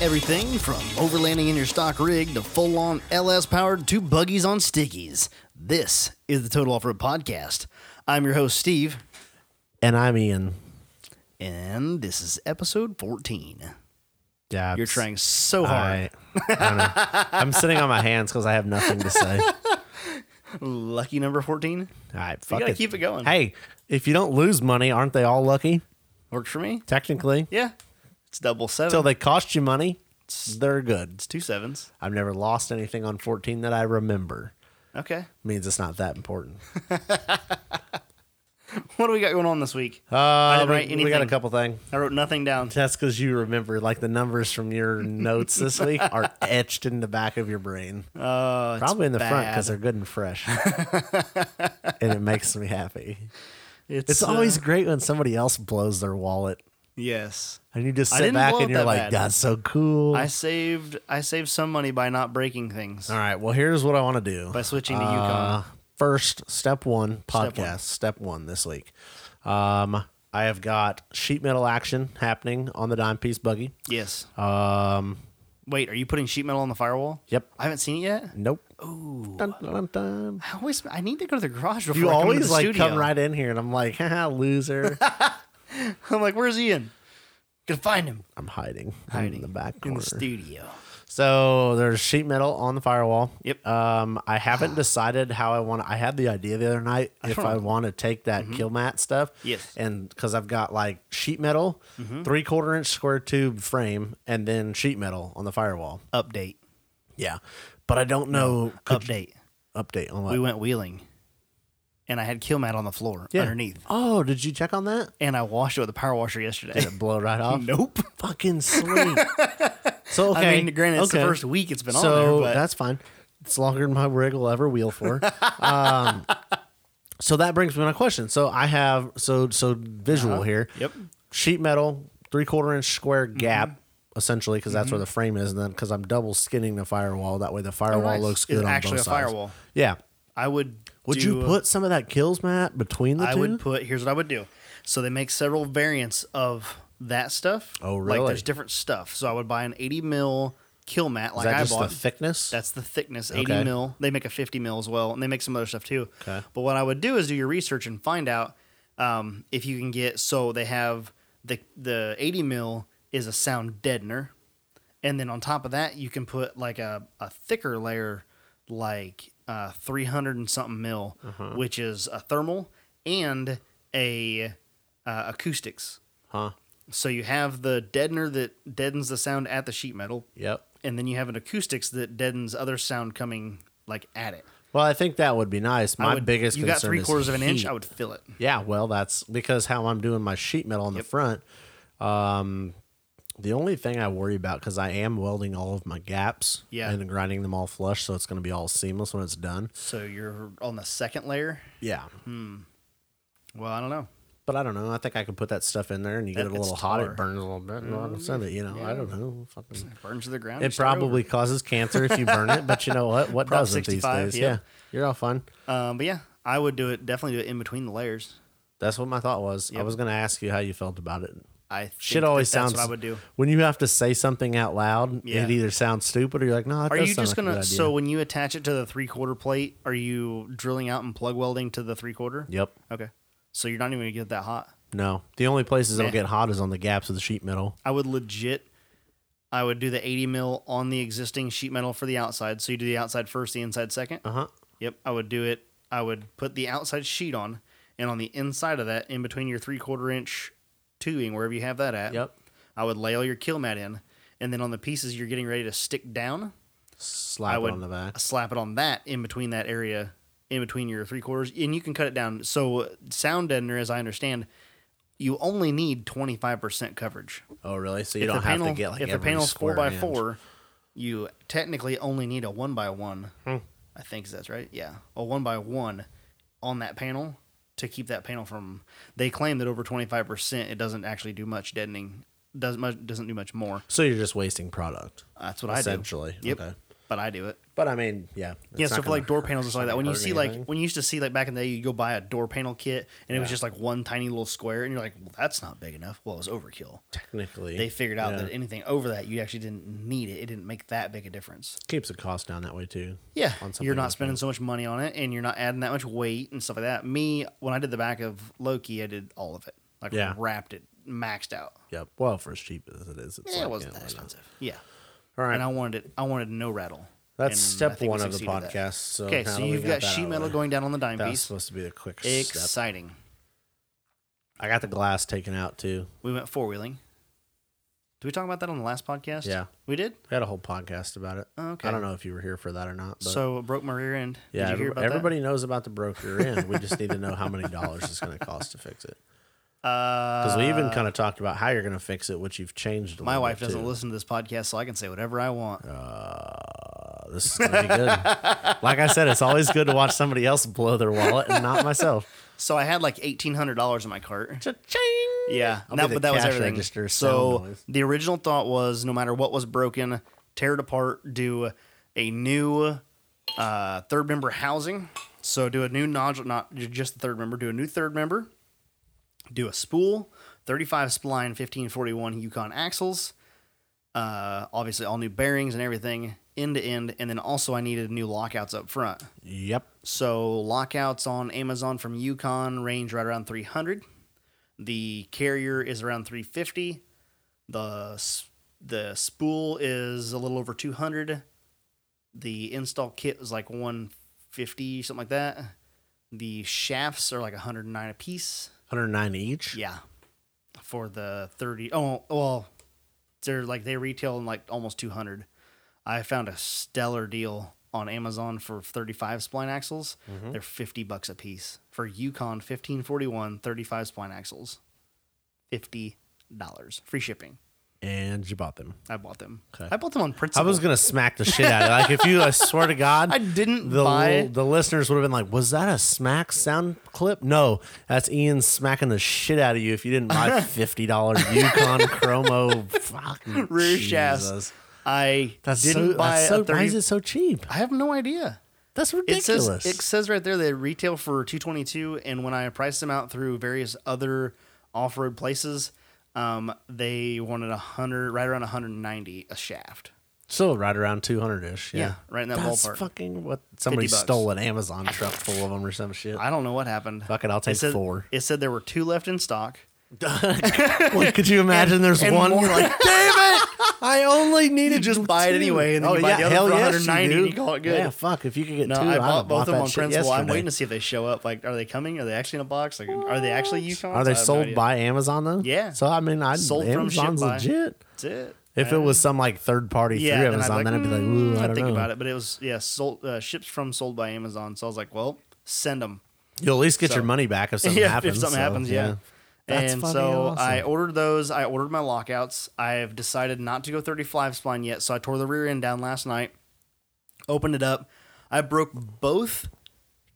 Everything from overlanding in your stock rig to full on LS powered to buggies on stickies. This is the Total Off Road Podcast. I'm your host, Steve, And I'm Ian. and this is episode 14. Yeah. You're it's- trying so hard. I, I don't know. I'm sitting on my hands because I have nothing to say. All Lucky number 14. right. Fuck gotta it. keep it going. Hey, if you don't lose money, aren't they all lucky? Works for me. Technically. Yeah. It's double seven. Till they cost you money, they're good. it's two sevens. I've never lost anything on 14 that I remember. Okay. Means it's not that important. What do we got going on this week? Uh, didn't we, write we got a anything. couple things. I wrote nothing down. That's because you remember, like the numbers from your notes this week are etched in the back of your brain. Uh, it's Probably in the front front because bad. they're good and fresh. and it makes me happy. it's, It's uh, always great when somebody else blows their wallet yes. and you just I sit didn't back blow and it you're that like, bad. that's so cool. I saved I saved some money by not breaking things All right. Well, here's what I want to do. by switching to Uh, Yukon. first, step one podcast, one. step one, this week. Um, I have got sheet metal action happening on the dime piece buggy. Yes. Um, Wait, are you putting sheet metal on the firewall? yep. I haven't seen it yet. Nope. Ooh. Dun, dun, dun. I always I need to go to the garage before You I come to always the like studio. come right in here and I'm like, haha, loser. I'm like, where's Ian? Gonna find him I'm hiding, hiding hiding in the back in corner. the studio. so there's sheet metal on the firewall. Yep. Um, I haven't decided how I want. to I had the idea the other night if don't I know. Mm-hmm. want to take that kill mat stuff. Yes. Mm-hmm. And because I've got like sheet metal, three quarter inch square tube frame, and then sheet metal on the firewall. Update. Yeah. But I don't know could- Update. update on what. We went wheeling, and I had kill mat on the floor Yeah. underneath, Oh, did you check on that? and I washed it with a power washer yesterday. Did it blow right off? nope. Fucking sweet. so okay. I mean, granted, it's the okay. first week it's been so on there, but that's fine. It's longer than my rig will ever wheel for. um, so that brings me to my question. So I have so so visual here. Uh-huh. Yep. Mm-hmm. Sheet metal, three quarter inch square gap, essentially, because that's where the frame is, and then because I'm double skinning the firewall, that way the firewall Oh, nice. looks It's good on actually both a sides. firewall. Yeah. I would. Would do you a- put some of that kills mat between the I two? would put. Here's what I would do. So they make several variants of that stuff. Oh, Like really? there's different stuff. So I would buy an 80 mil kill mat, is like that I just bought. the thickness? That's the thickness, 80 Okay. mil. They make a 50 mil as well, and they make some other stuff too. Okay. But what I would do is do your research and find out um, if you can get. So they have the the 80 mil is a sound deadener, and then on top of that you can put like a, a thicker layer, like uh, 300 and something mil, Uh-huh. which is a thermal and a uh, acoustics. huh. So you have the deadener that deadens the sound at the sheet metal Yep. and then you have an acoustics that deadens other sound coming like at it. Well, I think that would be nice. I My would- biggest you concern got three is quarters of an inch, heat. I would fill it. Yeah, well, that's because how I'm doing my sheet metal on the front. Um, the only thing I worry about because I am welding all of my gaps, Yeah. and grinding them all flush, so it's going to be all seamless when it's done. So you're on the second layer. Yeah, Hmm. Well, I don't know. but I don't know. I think I could put that stuff in there, and you That get it a gets Mm-hmm. little hot, tar. it burns a little bit, and all of a sudden, you know, I don't know. Fucking, It burns to the ground. you it start probably causes cancer if you burn it, but you know what? What Prop doesn't these 65, days? yeah. Yeah, you're all fun. over. Um, but yeah, I would do it. Definitely do it in between the layers. That's what my thought was. I was going to ask you how you felt about it. I think Shit always that that's sounds. what I would do. when you have to say something out loud. Yeah. It either sounds stupid or you're like, no. That Are does you sound just like a gonna? good idea." So when you attach it to the three quarter plate, are you drilling out and plug welding to the three quarter? Yep. Okay. So you're not even gonna get that hot. No. The only places it'll Yeah. get hot is on the gaps of the sheet metal. I would legit. I would do the 80 mil on the existing sheet metal for the outside. So you do the outside first, the inside second. Uh huh. Yep, I would do it. I would put the outside sheet on, and on the inside of that, in between your three quarter inch tubing, wherever you have that at, Yep. I would lay all your kill mat in, and then on the pieces you're getting ready to stick down, Slap I it would on the back. slap it on that in between that area, in between your three quarters, and you can cut it down. So uh, sound deadener, as I understand, you only need twenty five percent coverage. Oh really? So you If don't the have panel- to get like if the every panel's four square by inch. four, you technically only need a one by one. Hmm. I think that's right. Yeah, a one by one on that panel to keep that panel from. They claim that over twenty five percent, it doesn't actually do much deadening. Doesn't much doesn't do much more. So you're just wasting product. That's what I do. essentially. Yep. Okay. but I do it. But I mean, yeah. yeah, it's so not for like gonna- door panels and it's stuff like not that, when you hurting see like anything. when you used to see like back in the day, you go buy a door panel kit and it was Yeah. just like one tiny little square, and you're like, well, that's not big enough. Well, it was overkill. technically They figured out yeah. that anything over that, you actually didn't need it. It didn't make that big a difference. keeps the cost down that way too. Yeah, on something you're not like spending that. so much money on it, and you're not adding that much weight and stuff like that. Me, when I did the back of Loki, I did all of it, like Yeah. wrapped it, maxed out. Yeah, well, for as cheap as it is, it's Yeah, like, it wasn't that yeah, why not? expensive. Yeah, All right, and I wanted it. I wanted no rattle. and that's I step think we one of the succeeded at that. podcast. So Okay, now so that we you've got, that out sheet of metal the way, going down on the dime That was piece. supposed to be the quick step. Exciting. I got the glass taken out too. We went four wheeling. Did we talk about that on the last podcast? Yeah. we did. We had a whole podcast about it. Oh, okay. I don't know if you were here for that or not. But so it broke my rear end. did yeah, you hear every- about everybody knows about the broker in. We just need to know how many dollars it's going to cost to fix it. that? Uh, Because we even kind of talked about how you're going to fix it, which you've changed. A my little wife bit, doesn't too. listen to this podcast, so I can say whatever I want. Uh, this is going to be good. like I said, it's always good to watch somebody else blow their wallet and not myself. So I had like eighteen hundred dollars in my cart. Cha-ching! Yeah, I'll that, be the but that was cash everything. register sound So noise. the original thought was, no matter what was broken, tear it apart, do a new uh, third member housing. So do a new nodule, not j- just the third member. Do a new third member. Do a spool, thirty-five spline, fifteen forty-one Yukon axles. Uh, obviously, all new bearings and everything, end to end, and then also I needed new lockouts up front. Yep. So lockouts on Amazon from Yukon range right around 300. The carrier is around 350. The s- the spool is a little over 200. The install kit is like 150 something like that. The shafts are like 109 a piece. 109 each. Yeah. For the 30 Oh, well, they're like they retail in like almost 200. I found a stellar deal on Amazon for 35 spline axles. Mm-hmm. They're 50 bucks a piece for Yukon 1541 35 spline axles. $50 free shipping. And you bought them. I bought them. Okay. I bought them on I principle. was gonna smack the shit out of it. Like if you, I swear to God, I didn't the buy l- the listeners would have been like, "Was that a smack sound clip?" No, that's Ian smacking the shit out of you if you didn't buy fifty dollars Yukon Chromo fucking rear shafts. Jesus. I That's didn't so, buy that's so a 30 why is it so cheap? I have no idea. That's It says ridiculous. it says right there they retail for 222 and when I priced them out through various other off-road places, um, they wanted a 100 right around 190 a shaft. Still right around two hundred ish. Yeah. Yeah, right in that that's ballpark. fucking what somebody bucks. stole an Amazon truck full of them or some shit. I don't know what happened. Fuck it, I'll take said, four. It said there were two left in stock. Like, could you imagine? there's and one. more- You're like, damn it! I only needed Just buy it anyway, Oh, and then you buy the other for 190 and you call it good. Yeah, fuck. If you could get No, two, I I'd bought have both of them that on shit principle. I'm yesterday. waiting to see if they show up. Like, are they coming? Are they actually in a box? Like, are they actually Yukon? Are they sold by Amazon though? Yeah. So I mean, I Sold from Amazon's ship by. legit. That's it. If it was some like third party yeah, through then Amazon, then I'd be like, "Mm, ooh, I I'd don't think know. about it. But it was yeah, sold uh, ships from sold by Amazon. So I was like, well, send them. You'll at least get So- your money back if something yeah, happens. if something so, happens, yeah. That's and fucking so I awesome. ordered those. I ordered my lockouts. I've decided not to go 35 spline yet, so I tore the rear end down last night. Opened it up. I broke both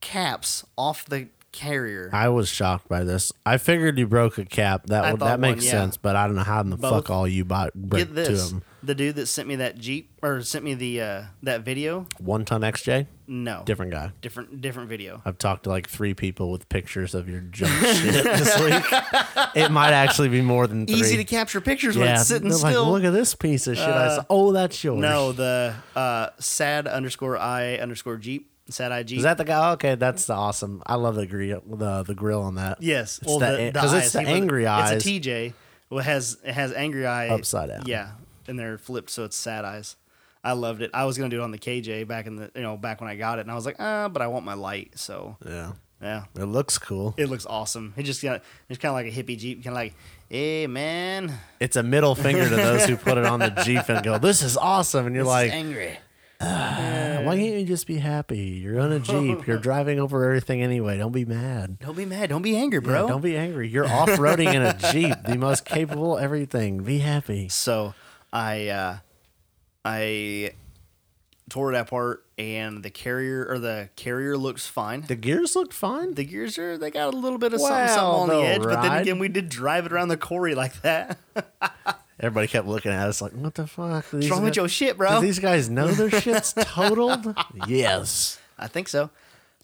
caps off the carrier. I was shocked by this. I figured you broke a cap. That I would, thought that makes one, yeah. sense, but I don't know how in the Both. fuck all you bought break Get two of this. them. The dude that sent me that Jeep or sent me the uh, that video? One ton XJ, No. different Uh, guy. different different video. I've talked to like three people with pictures of your junk shit this week. It might actually be more than three. Easy to capture pictures when it's sitting they're like, still. Uh, Look at this piece of shit. I saw. Oh, that's yours. no, the uh, sad underscore i underscore Jeep. Sad I Jeep. Is that the guy? Okay, that's the awesome. I love the grill, the the grill on that. Yes, Oh, It's the- 'cause it's the He put- angry eyes. It's a TJ. Well, it has it has angry eye Upside down. Yeah, and they're flipped, so it's sad eyes. I loved it. I was gonna do it on the KJ back in the you know back when I got it, and I was like, ah, but I want my light. So yeah, yeah, it looks cool. it looks awesome. It just got it's kind of like a hippie jeep, kind of like, hey man, It's a middle finger to those who put it on the Jeep and go, "This is awesome," and you're this is like, angry. "Why can't you just be happy? You're on a Jeep. You're driving over everything anyway. Don't be mad." Don't be mad. Don't be angry, bro. Yeah, don't be angry. You're off roading in a Jeep, the most capable everything. Be happy. So I uh, I tore it apart, and the carrier or the carrier looks fine. The gears looked fine. The gears are they got a little bit of something, Well, something on the they'll edge, but then ride. again we did drive it around the quarry like that. Everybody kept looking at us like, "What the fuck? What's wrong with your shit, bro? Do these guys know their shit's totaled?" yes. I think so.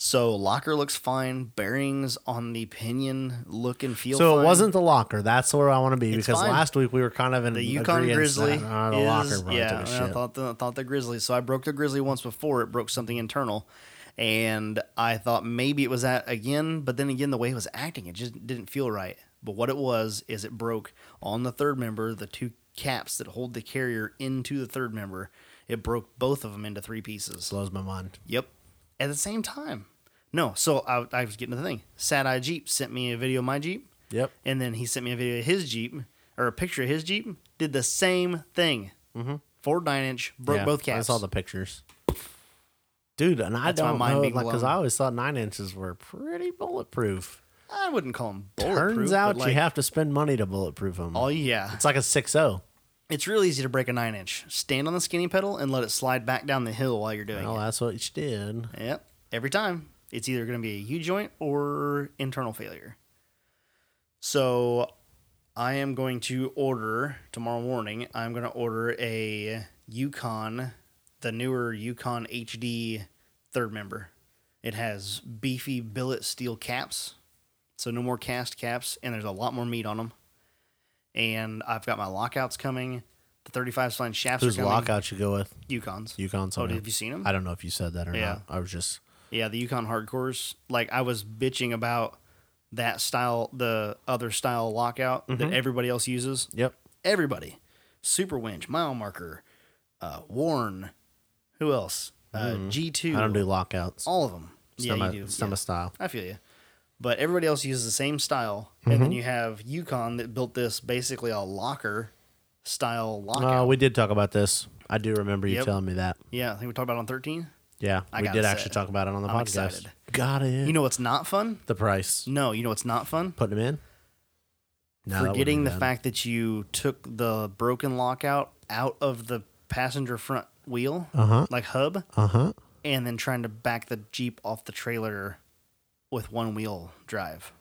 So locker looks fine. Bearings on the pinion look and feel. So fine. it wasn't the locker. That's where I want to be because fine. last week we were kind of in the Yukon agreeance Grizzly. That, uh, the is- locker, bro, yeah. took a and I shit. thought the, I thought the Grizzly. So I broke the Grizzly once before. It broke something internal, and I thought maybe it was that again. But then again, the way it was acting, it just didn't feel right. But what it was is it broke on the third member. The two caps that hold the carrier into the third member, it broke both of them into three pieces. blows my mind. Yep. At the same time. No, so I, I was getting to the thing. Sad Eye Jeep sent me a video of my Jeep. Yep. And then he sent me a video of his Jeep or a picture of his Jeep. Did the same thing. Mm-hmm. Ford 9 inch, broke Yeah, both caps. I saw the pictures. Dude, and I That's my don't mind know, being like, because blown. I always thought nine inches were pretty bulletproof. I wouldn't call them bulletproof. Turns but, out like, you have to spend money to bulletproof them. Oh, yeah. It's like a oh. 6-0. It's real easy to break a 9 inch. Stand on the skinny pedal and let it slide back down the hill while you're doing Well, that's what you did. it. Yep. Every time. It's either going to be a U joint or internal failure. So I am going to order tomorrow morning. I'm going to order a Yukon, the newer Yukon HD third member. It has beefy billet steel caps, so no more cast caps, and there's a lot more meat on them. And I've got my lockouts coming. The 35 spline shafts Whose are coming. lockout you go with? Yukons. Yukon's Oh, on it. have you seen them? I don't know if you said that or Yeah. not. I was just Yeah, the Yukon hardcores. Like I was bitching about that style, the other style lockout Mm-hmm. that everybody else uses. Yep. Everybody, Super Winch, Mile Marker, uh, Warren. Who else? Uh, G two. Mm-hmm. I don't do lockouts. all of them. It's Oh, yeah, not my, you do. it's not Yeah. my style. I feel you. But everybody else uses the same style, and Mm-hmm. then you have Yukon that built this basically a locker style lockout. Uh, we did talk about this. I do remember you Yep. telling me that. yeah, I think we talked about it on thirteen. Yeah, I we gotta did say actually it. talk about it on the I'm podcast. excited. Got it. You know what's not fun? the price. No, you know what's not fun? Putting them in. No, that wouldn't forgetting be the bad. fact that you took the broken lockout out of the passenger front wheel, Uh-huh. like hub, Uh huh. and then trying to back the Jeep off the trailer with one wheel drive.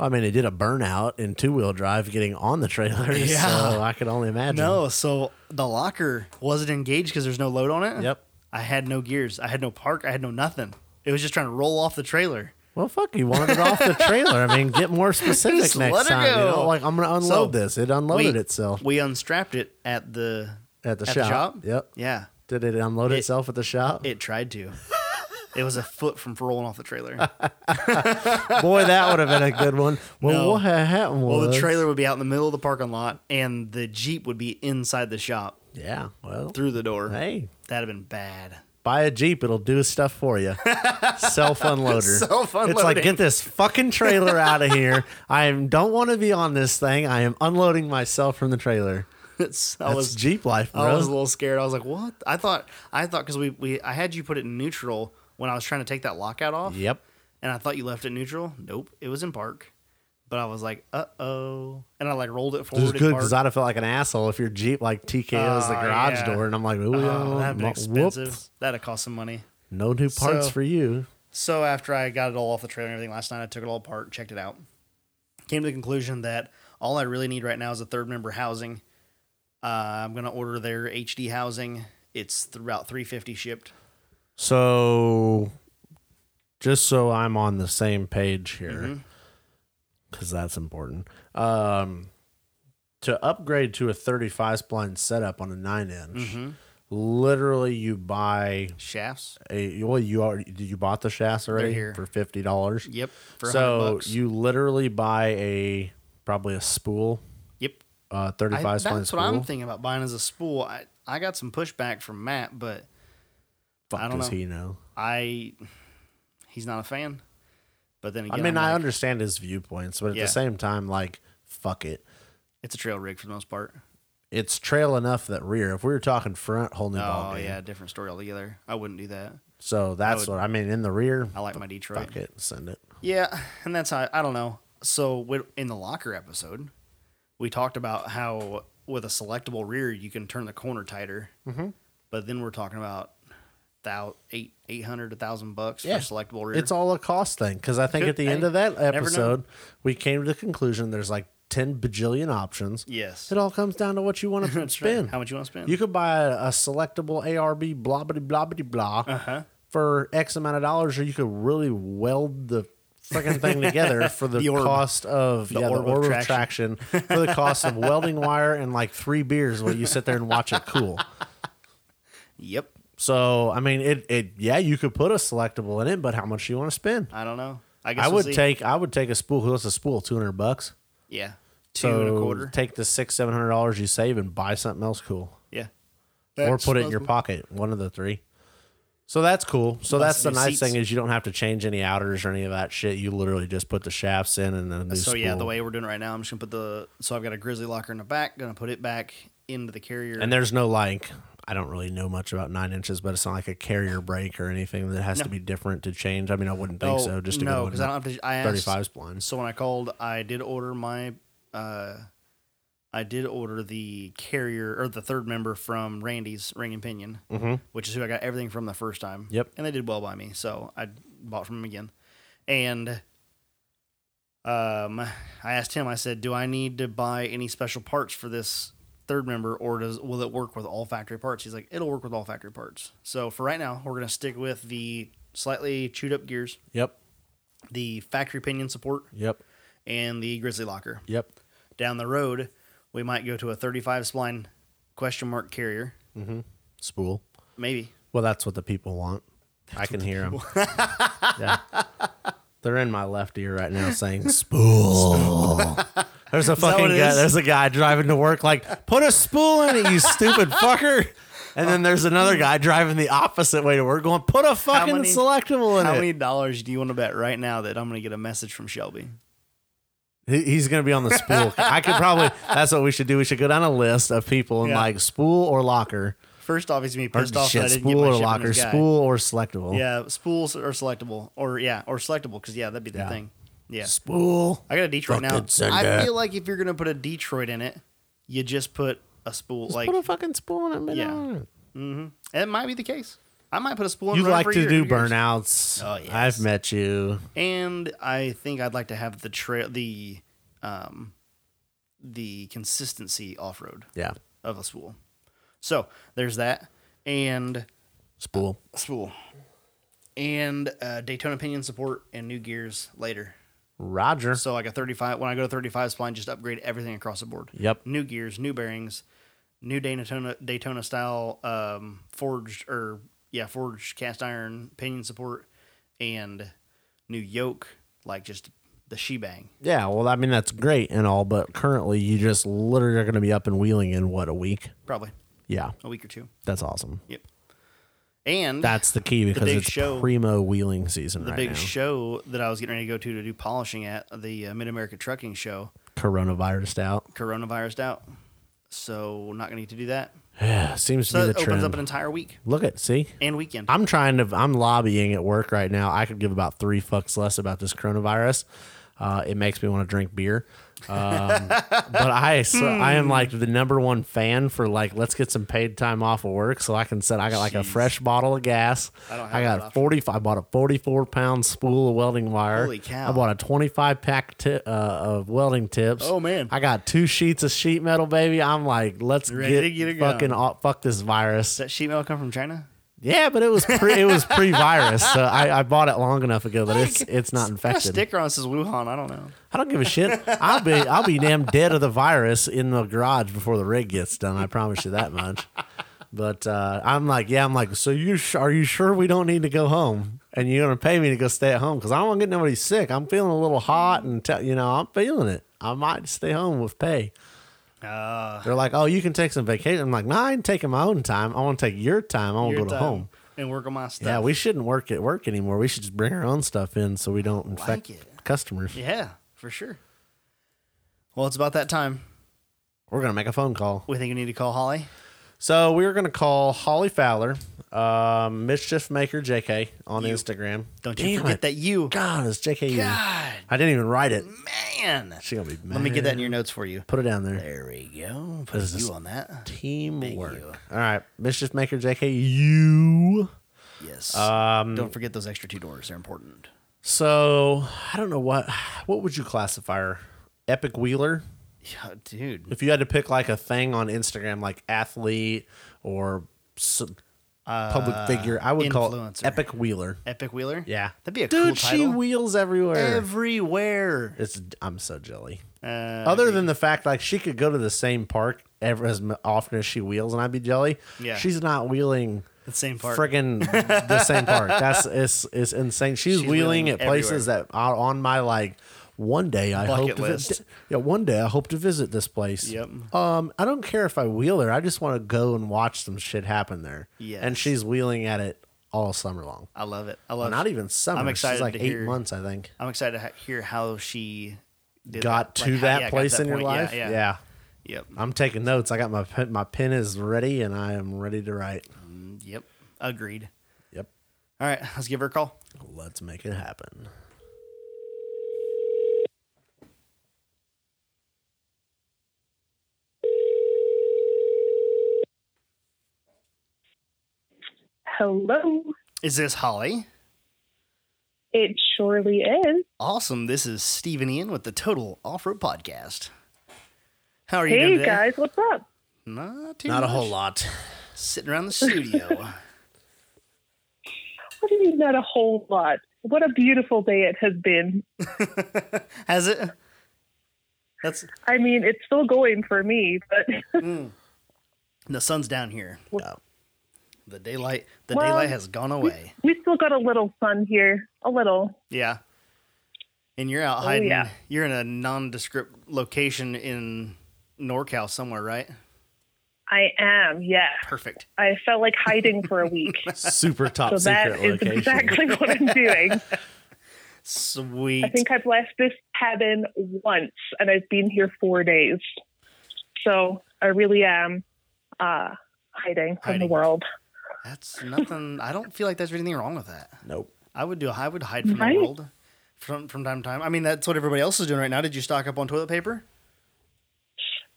I mean, it did a burnout in two wheel drive getting on the trailer. Yeah. So I could only imagine. No, so the locker wasn't engaged because there's no load on it. Yep. I had no gears. I had no park. I had no nothing. It was just trying to roll off the trailer. Well, fuck, you wanted it off the trailer. I mean, get more specific Just next let it time. you know? go. Like, I'm going to So, unload this. It unloaded itself We unstrapped it at the at the shop. Yep. Yeah. Did it unload itself at the shop? It tried to. it was a foot from rolling off the trailer. Boy, that would have been a good one. Well, No. what had happened was. Well, the trailer would be out in the middle of the parking lot, and the Jeep would be inside the shop Yeah. Well, through the door. hey, That'd have been bad. buy a Jeep. It'll do stuff for you. Self unloader. Self-unloading. It's like, get this fucking trailer out of here. I am, don't want to be on this thing. I am unloading myself from the trailer. It's, I That's was Jeep life, bro. I was a little scared. I was like, "What?" I thought I thought because we, we I had you put it in neutral when I was trying to take that lockout off. Yep. And I thought you left it neutral. Nope, it was in park. But I was like, "Uh oh," and I like rolled it This is forward. in good park. because I'd have felt like an asshole if your Jeep like TKOs the Oh, garage yeah. door, and I'm like, ooh, Oh, that'd mo- been expensive. whoop, That'd cost some money. no new parts So- for you. So after I got it all off the trailer and everything last night, I took it all apart, checked it out. Came to the conclusion that all I really need right now is a third member housing. Uh, I'm gonna order their HD housing. It's th- about 350 shipped. So, just so I'm on the same page Mm-hmm. here, because that's important. Um, to upgrade to a 35 spline setup on a nine inch, Mm-hmm. literally you buy Shafts. a well, you already you bought the shafts already here. for fifty dollars. Yep. For so 100 bucks. you literally buy a probably a spool Yep. uh, I- 35 that's spline what spool. I'm thinking about buying as a spool. I, I got some pushback from Matt, but Fuck I don't does know. he know? I he's not a fan. But then I again, mean, I'm I like, understand his viewpoints, but at Yeah. the same time, like, fuck it. it's a trail rig for the most part. It's trail enough that rear. If we were talking front, whole new Oh ball game. yeah, different story altogether. I wouldn't do that. So that's what I mean. In the rear, I like my Detroit. fuck it, send it. Yeah, and that's how I don't know. So wi- in the locker episode, we talked about how with a selectable rear you can turn the corner tighter, mm-hmm. but then we're talking about thou eight eight hundred a thousand bucks Yeah. for selectable rear. It's all a cost thing because I think Could- at the hey, end of that never know. episode, we came to the conclusion there's like ten bajillion options. Yes. It all comes down to what you want to Right. spend. How much you want to spend? You could buy a, a selectable ARB blah bitty blah bitty blah Uh-huh. for X amount of dollars, or you could really weld the freaking thing together for the, The orb. cost of The yeah, orb the of orb of traction. for the cost of welding wire and like three beers while you sit there and watch it cool. yep. So I mean, it it yeah, you could put a selectable in it, but how much do you want to spend? I don't know. I guess I we'll would see. take I would take a spool. Who wants a spool? Two hundred bucks. yeah two So and a quarter. take the six seven hundred dollars you save and buy something else cool, yeah. or put it in your pocket. One of the three. So that's cool. So Buy that's the some new nice seats. thing is you don't have to change any outers or any of that shit. You literally just put the shafts in and then new Uh, So yeah, the spool. way we're doing it right now, I'm just gonna put the so I've got a grizzly locker in the back. Gonna put it back into the carrier. and there's no like. I don't really know much about nine inches, but it's not like a carrier brake or anything that has to be different to change. I mean, I wouldn't think Oh, so. Just to no, go because I don't have to. I asked. 35 splines. So when I called, I did order my, uh, I did order the carrier or the third member from Randy's Ring and Pinion, which is who I got everything from the first time. Yep. And they did well by me, so I bought from him again. And um, I asked him. I said, "Do I need to buy any special parts for this?" Third member, or does will it work with all factory parts? He's like, it'll work with all factory parts. So for right now, we're gonna stick with the slightly chewed up gears, Yep. the factory pinion support, Yep. and the grizzly locker. Yep. Down the road, we might go to a 35 spline question mark carrier. Spool. Maybe. Well, that's what the people want. I can hear them. yeah. They're in my left ear right now saying spool. There's a fucking what it guy. is? There's a guy driving to work like, put a spool in it, you stupid fucker. And then there's another guy driving the opposite way to work going, put a fucking many- selectable in How it. many dollars do you want to bet right now that I'm going to get a message from Shelby? He- He's gonna be on the spool. I could probably. That's what we should do. We should go down a list of people and Yeah. like spool or locker. First off, he's going to be Or pissed off shit, that I didn't get spool my or shit from locker, this guy. spool or selectable. Yeah, spools are selectable. Or, yeah, or selectable because, yeah, that'd be the Yeah. thing. Yeah. Spool. I got a Detroit now. Fucking send I it. feel like if you're going to put a Detroit in it, you just put a spool. like, put a fucking spool in it. Yeah. Yeah. it might be the case. I might put a spool in You mine like for a to year, do who cares? burnouts. Oh, yes. I've met you. and I think I'd like to have the trail the um the consistency off road Yeah. of a spool. So there's that and Spool. spool and uh, Daytona pinion support and new gears later. Roger. So like a 35 when I go to 35 spline, just upgrade everything across the board. Yep. New gears, new bearings, new Daytona Daytona style um, forged or yeah forged cast iron pinion support and new yoke like just the shebang. Yeah. Well, I mean, that's great and all, but currently you just literally are going to be up and wheeling in what, a week? Probably Yeah. a week or two. That's awesome. Yep. And That's the key because big it's show- primo wheeling season the right big now. show that I was getting ready to go to to do polishing at the uh, Mid America Trucking Show, Coronavirus out. coronavirused out. So not going to get to do that. Yeah. Seems to So be it the opens trend. up an entire week Look at, see? and weekend. I'm trying to. I'm lobbying at work right now. I could give about three fucks less about this coronavirus. Uh, it makes me want to drink beer. Um, but I, so I Hmm. am like the number one fan for like, let's get some paid time off of work so I can set. I got like a Jeez. fresh bottle of gas. I, don't have that got option. 40. I bought a 44 pound spool of welding wire. Holy cow. I bought a 25 pack ti uh, of welding tips. Oh, man. I got two sheets of sheet metal, baby. I'm like, let's Ready get, to get it going. fucking off, fuck this virus. Does that sheet metal come from China? Yeah, but it was pre it was pre virus, so I, I bought it long enough ago that it's it's not Got a infected. sticker on it says Wuhan. I don't know. I don't give a shit. I'll be I'll be damn dead of the virus in the garage before the rig gets done. I promise you that much. But uh, I'm like, yeah, I'm like, so you sh- are you sure we don't need to go home? And you're gonna pay me to go stay at home because I don't want to get nobody sick. I'm feeling a little hot and te- you know I'm feeling it. I might stay home with pay. Uh, They're like, oh, you can take some vacation. I'm like, nah, I'm taking my own time. I want to take your time. I want to go to home. and work on my stuff. Yeah, we shouldn't work at work anymore. We should just bring our own stuff in so we don't infect it. customers. yeah, for sure. Well, it's about that time. We're gonna make a phone call. We think we need to call Holly. So we're gonna call Holly Fowler, um, mischief maker JK on Instagram. Don't you Damn forget it. that you. God, it's JK. God, I didn't even write it. man. She gonna be mad. Let me get that in your notes for you. Put it down there. There we go. Put This is- you on that. Teamwork. you. All right, mischief maker JK. You. Yes. Um, Don't forget those extra two doors. They're important. So I don't know what. What would you classify her? Epic Wheeler. Yeah, dude. If you had to pick like a thing on Instagram, like athlete or s- public figure, I would call it Uh, influencer. Epic Wheeler. Epic Wheeler. Yeah, That'd be a dude. cool She title. wheels everywhere. Everywhere. it's I'm so jelly. Uh, Other than the fact, like she could go to the same park ever as m- often as she wheels, and I'd be jelly. Yeah. she's not wheeling. the same part. Friggin' the same park. That's it's, it's insane. She's, She's wheeling, wheeling at places that are on my like. One day I Bucket hope to vi- list. yeah. One day I hope to visit this place. Yep. Um, I don't care if I wheel her. I just want to go and watch some shit happen there. Yes. And she's wheeling at it all summer long. I love it. I love. Not even summer. I'm excited She's like to eight hear- months, I think. I'm excited to ha- hear how she did that. Got to Like, how- that yeah, got place in your point. life. Yeah, yeah. yeah. Yep. I'm taking notes. I got my pen, my pen is ready, and I am ready to write. Yep. Agreed. Yep. All right. Let's give her a call. Let's make it happen. Hello. Is this Holly? It surely is. Awesome. This is Steven Ian with the Total Off Road Podcast. How are you doing Hey today? guys, what's up? Not too Not a much. whole lot. Sitting around the studio. What do you mean not a whole lot? What a beautiful day it has been. Has it? That's I mean, it's still going for me, but the sun's down here. Uh, Yeah. The daylight. The Well- daylight has gone away. we still got a little sun here. A little. Yeah. And you're out hiding. Oh, yeah. You're in a nondescript location in NorCal somewhere, right? I am, yeah. Perfect. I felt like hiding for a week. Super top so that secret is location. exactly what I'm doing. Sweet. I think I've left this cabin once and I've been here four days. So I really am uh, hiding from Hiding. the world. that's nothing. I don't feel like there's anything wrong with that. Nope. I would do. I would hide from Right? the world from from time to time. I mean, that's what everybody else is doing right now. Did you stock up on toilet paper?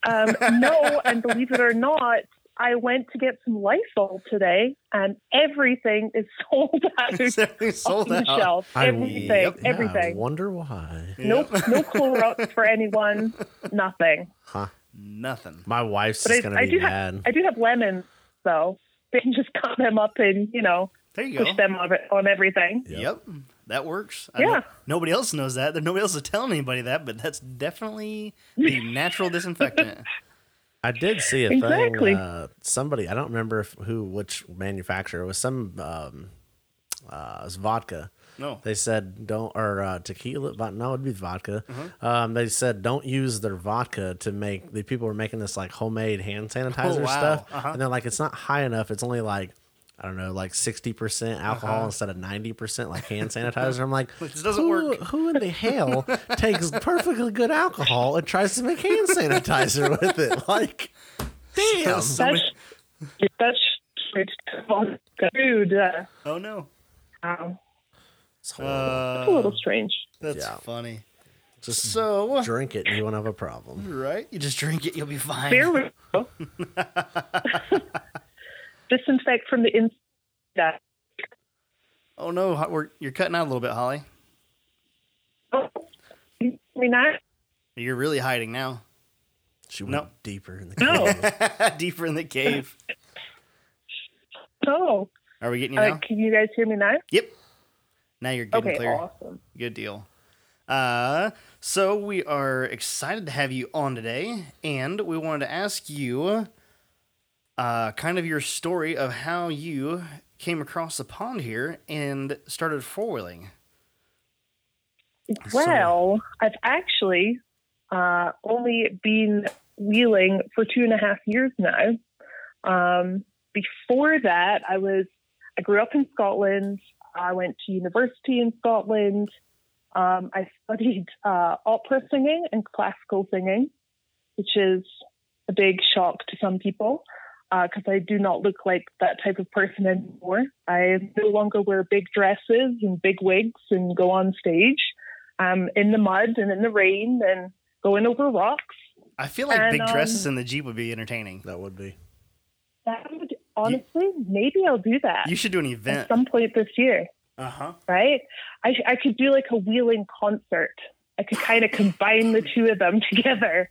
Um, no, and believe it or not, I went to get some Lysol today, and everything is sold out Everything's on sold the out. shelf. I- everything, yep, Yeah, I everything. wonder why. Nope, no Clorox for anyone. Nothing. Huh. Nothing. My wife's But just I, gonna I be do mad. have I do have lemons though. They can just cut them up and you know There you go. push them on, on everything. Yep. That works. I Yeah. know- nobody else knows that. Nobody else is telling anybody that, but that's definitely the natural disinfectant. I did see a Exactly. thing. Uh, somebody I don't remember if, who, which manufacturer it was some. Um, uh, it was vodka. No. They said don't or uh, tequila, but no, it'd be vodka. Uh-huh. Um, they said don't use their vodka to make the people were making this like homemade hand sanitizer Oh, wow. stuff, Uh-huh. and they're like it's not high enough. It's only like I don't know, like sixty percent alcohol Uh-huh. instead of ninety percent like hand sanitizer. I'm like, This doesn't who, work. Who in the hell takes perfectly good alcohol and tries to make hand sanitizer with it? Like, damn. That's that's food. Uh, Oh no. wow. It's a Uh, little strange. that's Yeah. funny. Just So drink it and you won't have a problem. right, you just drink it, you'll be fine. There we go. Disinfect from the inside. Oh no, Ho- we're, you're cutting out a little bit, Holly. Oh, you hear me now? You're really hiding now, She went No. deeper in the No. cave. deeper in the cave. Oh, Are we getting you uh, now? can you guys hear me now? Yep. Now you're good Okay, and clear. awesome. Good deal. Uh, so we are excited to have you on today, and we wanted to ask you, uh, kind of your story of how you came across the pond here and started four wheeling. Well, I've actually uh, only been wheeling for two and a half years now. Um, before that, I was I grew up in Scotland. I went to university in Scotland. Um, I studied uh, opera singing and classical singing, which is a big shock to some people because I do not look like that type of person anymore. I no longer wear big dresses and big wigs and go on stage um, in the mud and in the rain and going over rocks. I feel like And, big um, dresses in the jeep would be entertaining. That would be. That would honestly, maybe I'll do that You should do an at event. some point this year, Uh huh. right? I, I could do like a wheeling concert. I could kind of combine the two of them together.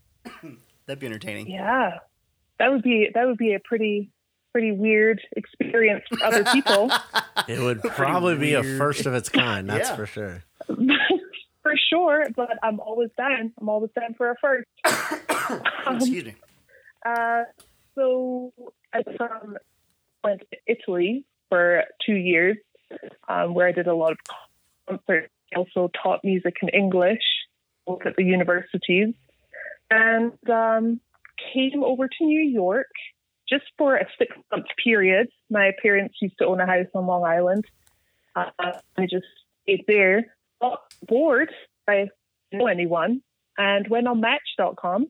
That'd be entertaining. Yeah, that would be that would be a pretty pretty weird experience for other people It would probably be a weird. first of its kind. That's Yeah. for sure. for sure. But I'm always down. I'm always down for a Um, first. Excuse me. Uh, so I um, went to Italy for two years, um, where I did a lot of concerts. I also taught music and English both at the universities, and um, came over to New York just for a six-month period. My parents used to own a house on Long Island. Uh, I just stayed there, got bored. I didn't know anyone, and went on Match.com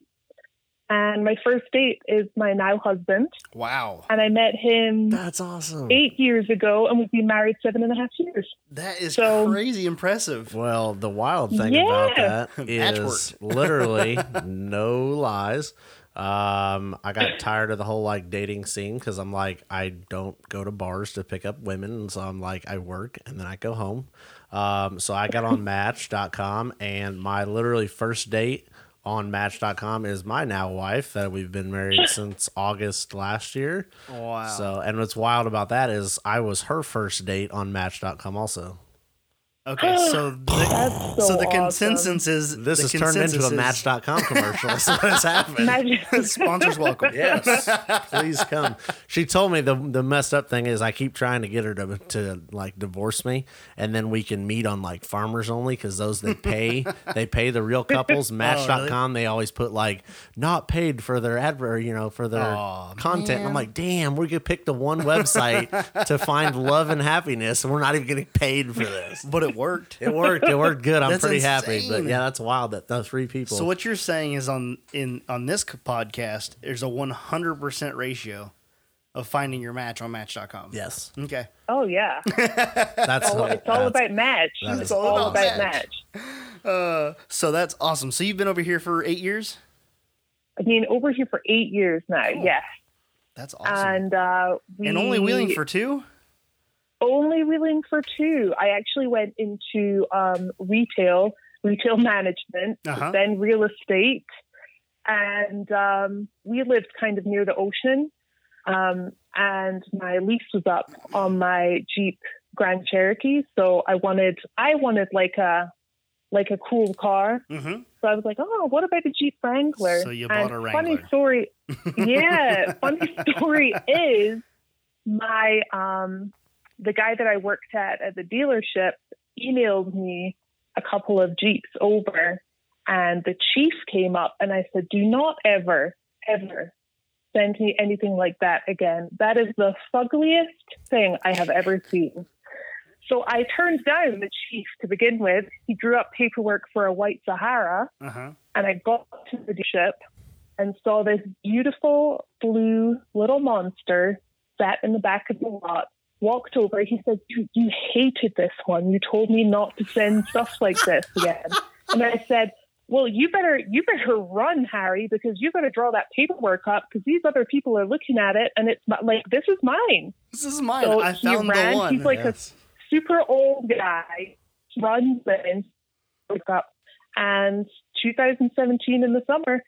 and my first date is my now husband. Wow. And I met him That's awesome. eight years ago, and we've been married seven and a half years. That is So- crazy impressive. Well, the wild thing Yeah. about that Patchwork. is literally no lies. Um, I got tired of the whole like dating scene because I'm like, I don't go to bars to pick up women. And so I'm like, I work and then I go home. Um, so I got on match.com and my literally first date on match.com is my now wife that we've been married since August last year. Wow. So, and what's wild about that is I was her first date on match.com also. okay, so the, That's so, so, the awesome. consensus is This the has turned into consensus a is- Match.com commercial. That's what has happened. Imagine- Sponsors welcome. yes, please come. She told me the the messed up thing is I keep trying to get her to to like divorce me, and then we can meet on like Farmers Only because those they pay they pay the real couples. Match.com they always put like not paid for their adver you know for their Aw, content. And I'm like, damn, we're gonna pick the one website to find love and happiness, and we're not even getting paid for this. But it worked. It worked. It worked good. I'm That's pretty happy. But insane. yeah, that's wild. That those three people. So what you're saying is on in on this c- podcast, there's a 100 percent ratio of finding your match on Match.com. Yes, Okay. Oh yeah, that's Oh, it's that's- all about match. that It's is all awesome. about Match. match. Uh, so that's awesome. So you've been over here for eight years. I mean, over here for eight years now. Yeah, That's awesome. and uh, we and only wheeling for two. only wheeling for two. I actually went into um, retail, retail management, Uh-huh. then real estate, and um, we lived kind of near the ocean. Um, and my lease was up on my Jeep Grand Cherokee, so I wanted I wanted like a like a cool car. Mm-hmm. So I was like, oh, what about the Jeep Wrangler? So you bought And a Wrangler. Funny story. Yeah. funny story is my um the guy that I worked at at the dealership emailed me a couple of Jeeps over and the chief came up and I said, Do not ever, ever send me anything like that again. That is the fuggliest thing I have ever seen. So I turned down the chief to begin with. He drew up paperwork for a white Sahara Uh huh. and I got to the ship and saw this beautiful blue little monster sat in the back of the lot. Walked over, he said, you, you hated this one. You told me not to send stuff like this again. And I said, Well, you better you better run, Harry, because you better draw that paperwork up because these other people are looking at it and it's my, like this is mine. This is mine. So I he found the ran, one. he's like a- Yes. super old guy runs in, woke up, and 2017 in the summer,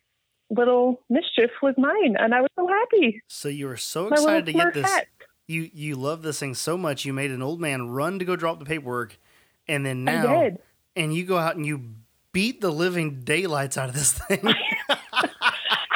little mischief was mine, and I was so happy. so you were so My little excited to get this. smurfette. You you love this thing so much. You made an old man run to go drop the paperwork, and then I now did. and you go out and you beat the living daylights out of this thing.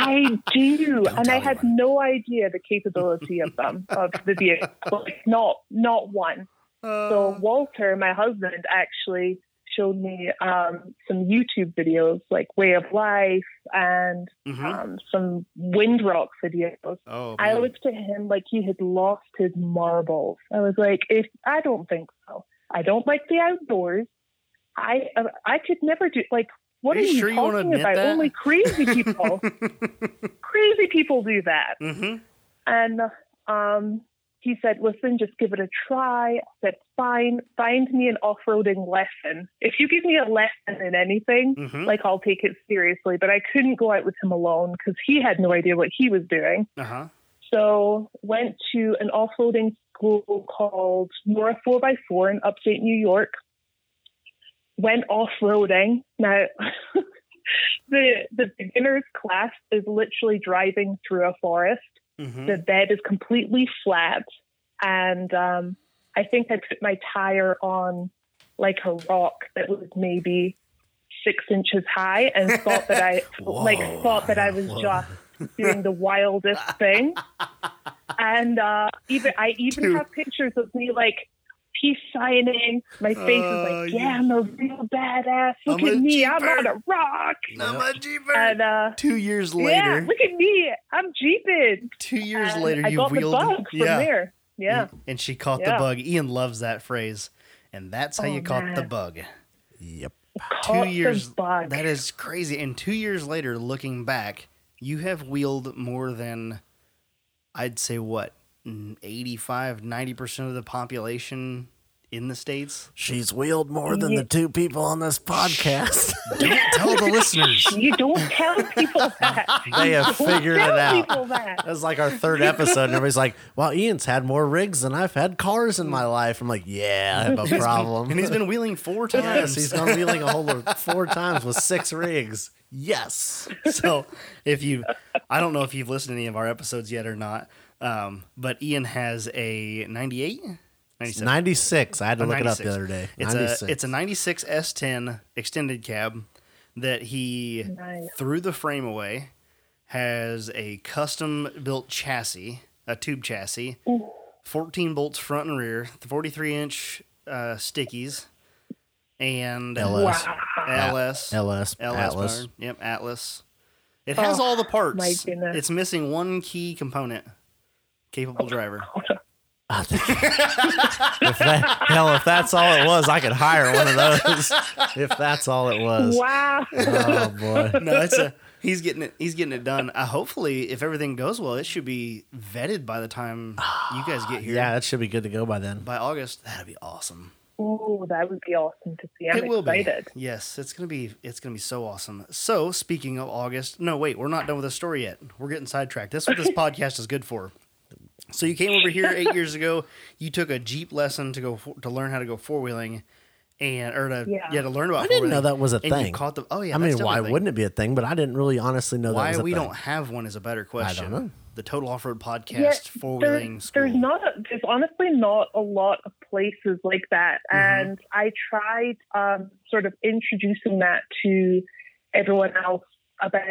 I do, and I tell had anyone. no idea the capability of them of the vehicle. Like, not not one. So Uh. Walter, my husband, actually showed me um, some YouTube videos like Way of Life and Mhm. um, some Windrock videos. Oh, I man. looked at him like he had lost his marbles. I was like, if I don't think so. I don't like the outdoors. I uh, I could never do like. What Are are, you sure you wanna talking admit about? that? Only crazy people, crazy people do that. Mhm. And um, he said, "Listen, just give it a try." I said, "Fine, find me an off-roading lesson. If you give me a lesson in anything, Mhm. like I'll take it seriously." But I couldn't go out with him alone because he had no idea what he was doing. Uh huh. So went to an off-roading school called Nora 4x4 in upstate New York. Went off-roading. Now, the the beginner's class is literally driving through a forest. Mhm. The bed is completely flat, and um, I think I put my tire on like a rock that was maybe six inches high, and thought that I like Whoa. thought that I was Whoa. just doing the wildest thing. And uh, even I even Dude. have pictures of me like peace signing. My face Oh, is like, you- yeah, I'm a real badass. Look I'm a at me, cheaper." I'm on a rock. I'm a jeeper. And uh, two years yeah, later, look at me, I'm jeeping. two years And later, I you got wheeled. the bug from there. Yeah, And, Mm-hmm. and she caught the Yeah. bug. Ian loves that phrase. And that's how Oh, you caught the man. bug. Yep. Caught two the years. bug. That is crazy. And two years later, looking back, you have wheeled more than, I'd say, what, mm, 85, 90% of the population in the States? She's wheeled more than the two people on this podcast. Don't tell the listeners. you don't tell people that. they have Don't figured tell it out. people that. That was like our third episode, and everybody's like, "Well, Ian's had more rigs than I've had cars in my life." I'm like, "Yeah, I have a problem." And he's been wheeling four yes, times. he's gonna be like a whole lot- four times with six rigs. Yes, so if you i don't know if you've listened to any of our episodes yet or not um, but ian has a 98 97 ninety six. I had to look it up 96. the other day. it's Ninety a it's six. a 96 s10 extended cab that he Nice. threw the frame away has a custom built chassis a tube chassis 14 bolts front and rear 43 inch uh, stickies and LS. ls LS, LS Atlas. Barn. Yep, Atlas. It has all the parts. Oh my goodness. Oh. It's missing one key component. Capable driver. if that, hell, if that's all it was, I could hire one of those. If that's all it was. Wow. Oh boy. No, it's a he's getting it he's getting it done. Uh, hopefully if everything goes well, it should be vetted by the time you guys get here. Ah, Yeah, that should be good to go by then. By August. That'd be awesome. Oh, that would be awesome to see. I'm it will excited. be. Yes, it's gonna be it's gonna be so awesome. So speaking of August, no wait, we're not done with the story yet. We're getting sidetracked. That's what this podcast is good for. So you came over here eight years ago. You took a Jeep lesson to go for, to learn how to go four wheeling, and or to yeah. Yeah. to learn about. I didn't four-wheeling. know that was a and thing. You caught the oh yeah. I mean, why wouldn't it be a thing? But I didn't really honestly know that Why was a we thing. don't have one is a better question. know. The Total Off Road Podcast Yeah, four there- wheeling school. There's not. There's honestly not a lot of places like that, Mhm. and I tried um, sort of introducing that to everyone else about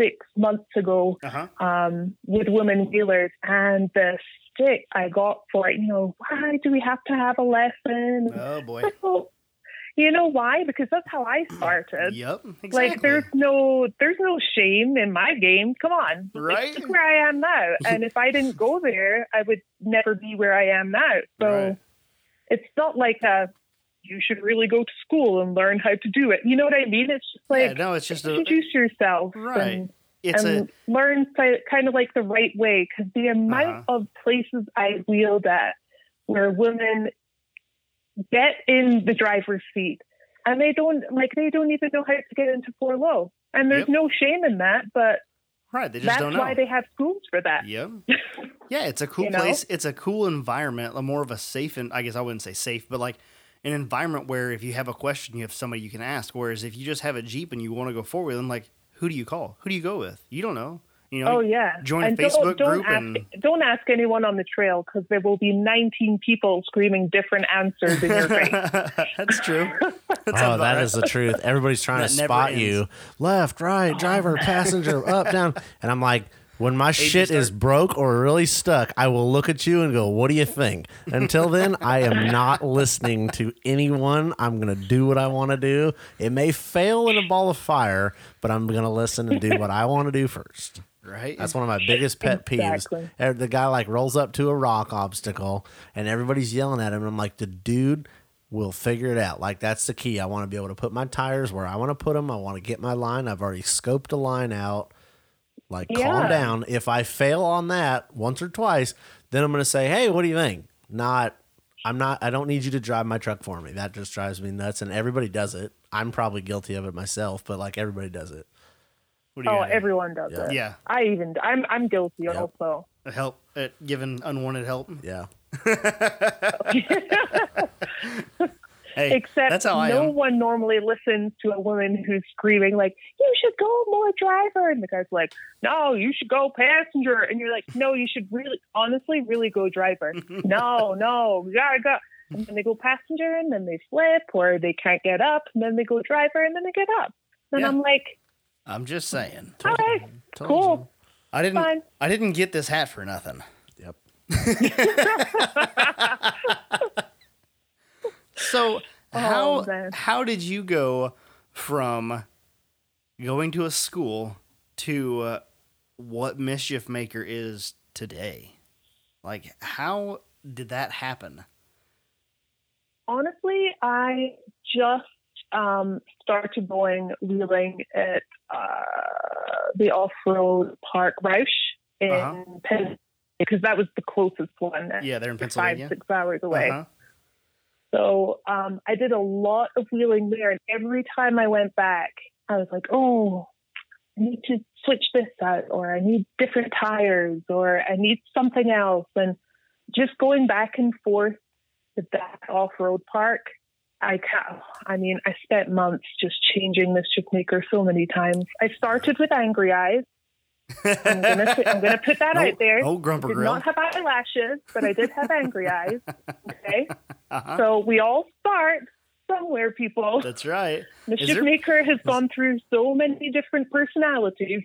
six months ago uh huh. um, with women wheelers, and the stick I got for it. You know, why do we have to have a lesson? Oh boy. I thought, you know why? Because that's how I started. yep. Exactly. Like there's no there's no shame in my game. Come on, Like, Right? look where I am now, and if I didn't go there, I would never be where I am now. So Right. it's not like a you should really go to school and learn how to do it. You know what I mean? It's just like um, yeah, no, it's just a introduce yourself Right. and, it's a and learn si- kind of like the right way. Because the amount Uh-huh. of places I wheeled at where women get in the driver's seat and they don't like they don't even know how to get into four low. And there's Yep. no shame in that, but right. They just that's don't know. why they have schools for that. Yeah. Yeah, it's a cool You know? place. It's a cool environment, a more of a safe and I guess I wouldn't say safe, but like an environment where if you have a question, you have somebody you can ask. Whereas if you just have a Jeep and you want to go forward, then like who do you call? Who do you go with? You don't know. You know, Oh yeah. join a and Facebook don't, don't group ask, and- don't ask anyone on the trail because there will be 19 people screaming different answers in your face. that's true. That's Oh, about that right. is the truth. Everybody's trying That to never Oh, spot you left, right, driver, passenger, up, down. And I'm like, when my shit is broke or really stuck, I will look at you and go, What do you think? Until then, I am not listening to anyone. I'm going to do what I want to do. It may fail in a ball of fire, but I'm going to listen and do what I want to do first. right. That's one of my biggest pet Exactly. peeves. Eh, The guy like rolls up to a rock obstacle and everybody's yelling at him. And I'm like, the dude will figure it out. Like that's the key. I want to be able to put my tires where I want to put them. I want to get my line. I've already scoped a line out. Like calm Yeah. down. If I fail on that once or twice, then I'm going to say, "Hey, what do you think?" Not I'm not I don't need you to drive my truck for me. That just drives me nuts and everybody does it. I'm probably guilty of it myself, but like everybody does it. what do you Oh, got? everyone does it. Yeah. I even I'm I'm guilty also. help uh, giving unwanted help. Yeah. Hey, Except that's how I no am. one normally listens to a woman who's screaming like, "You should go more driver," and the guy's like, "No, you should go passenger," and you're like, "No, you should really, honestly, really go driver." no, no, we gotta go. And then they go passenger, and then they flip, or they can't get up, and then they go driver, and then they get up. And Yeah. I'm like, I'm just saying. "All right, Told you. cool, I didn't. Fine. I didn't get this hat for nothing. Yep. So Oh, how man. how did you go from going to a school to uh, what mischief maker is today? Like how did that happen? Honestly, I just um, started going wheeling at uh, the off-road park Roush in Uh-huh. Pennsylvania because that was the closest one. Yeah, they're in five Pennsylvania. six hours away. Uh-huh. So um, I did a lot of wheeling there, and every time I went back, I was like, "Oh, I need to switch this out, or I need different tires, or I need something else." And just going back and forth with that off-road park, I ca I mean, I spent months just changing mischief maker so many times. I started with angry eyes. I'm gonna I'm gonna put that No- out there. no Oh, Grumper did Grill. not have eyelashes, but I did have angry eyes. Okay. Uh-huh. So we all start somewhere, people. That's right. Mischief there- Maker has gone through so many different personalities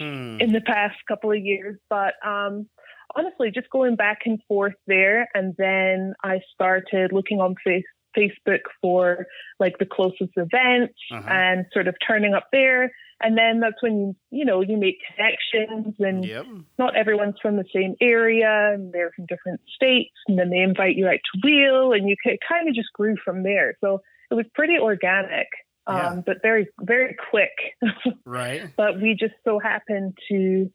Hmm. in the past couple of years, but um, honestly, just going back and forth there, and then I started looking on Fa- Facebook for like the closest events Uh-huh. and sort of turning up there. And then that's when you know you make connections and Yep. not everyone's from the same area and they're from different states and then they invite you out to wheel and you ca- it kind of just grew from there so it was pretty organic um, Yeah. but very very quick Right. but we just so happened to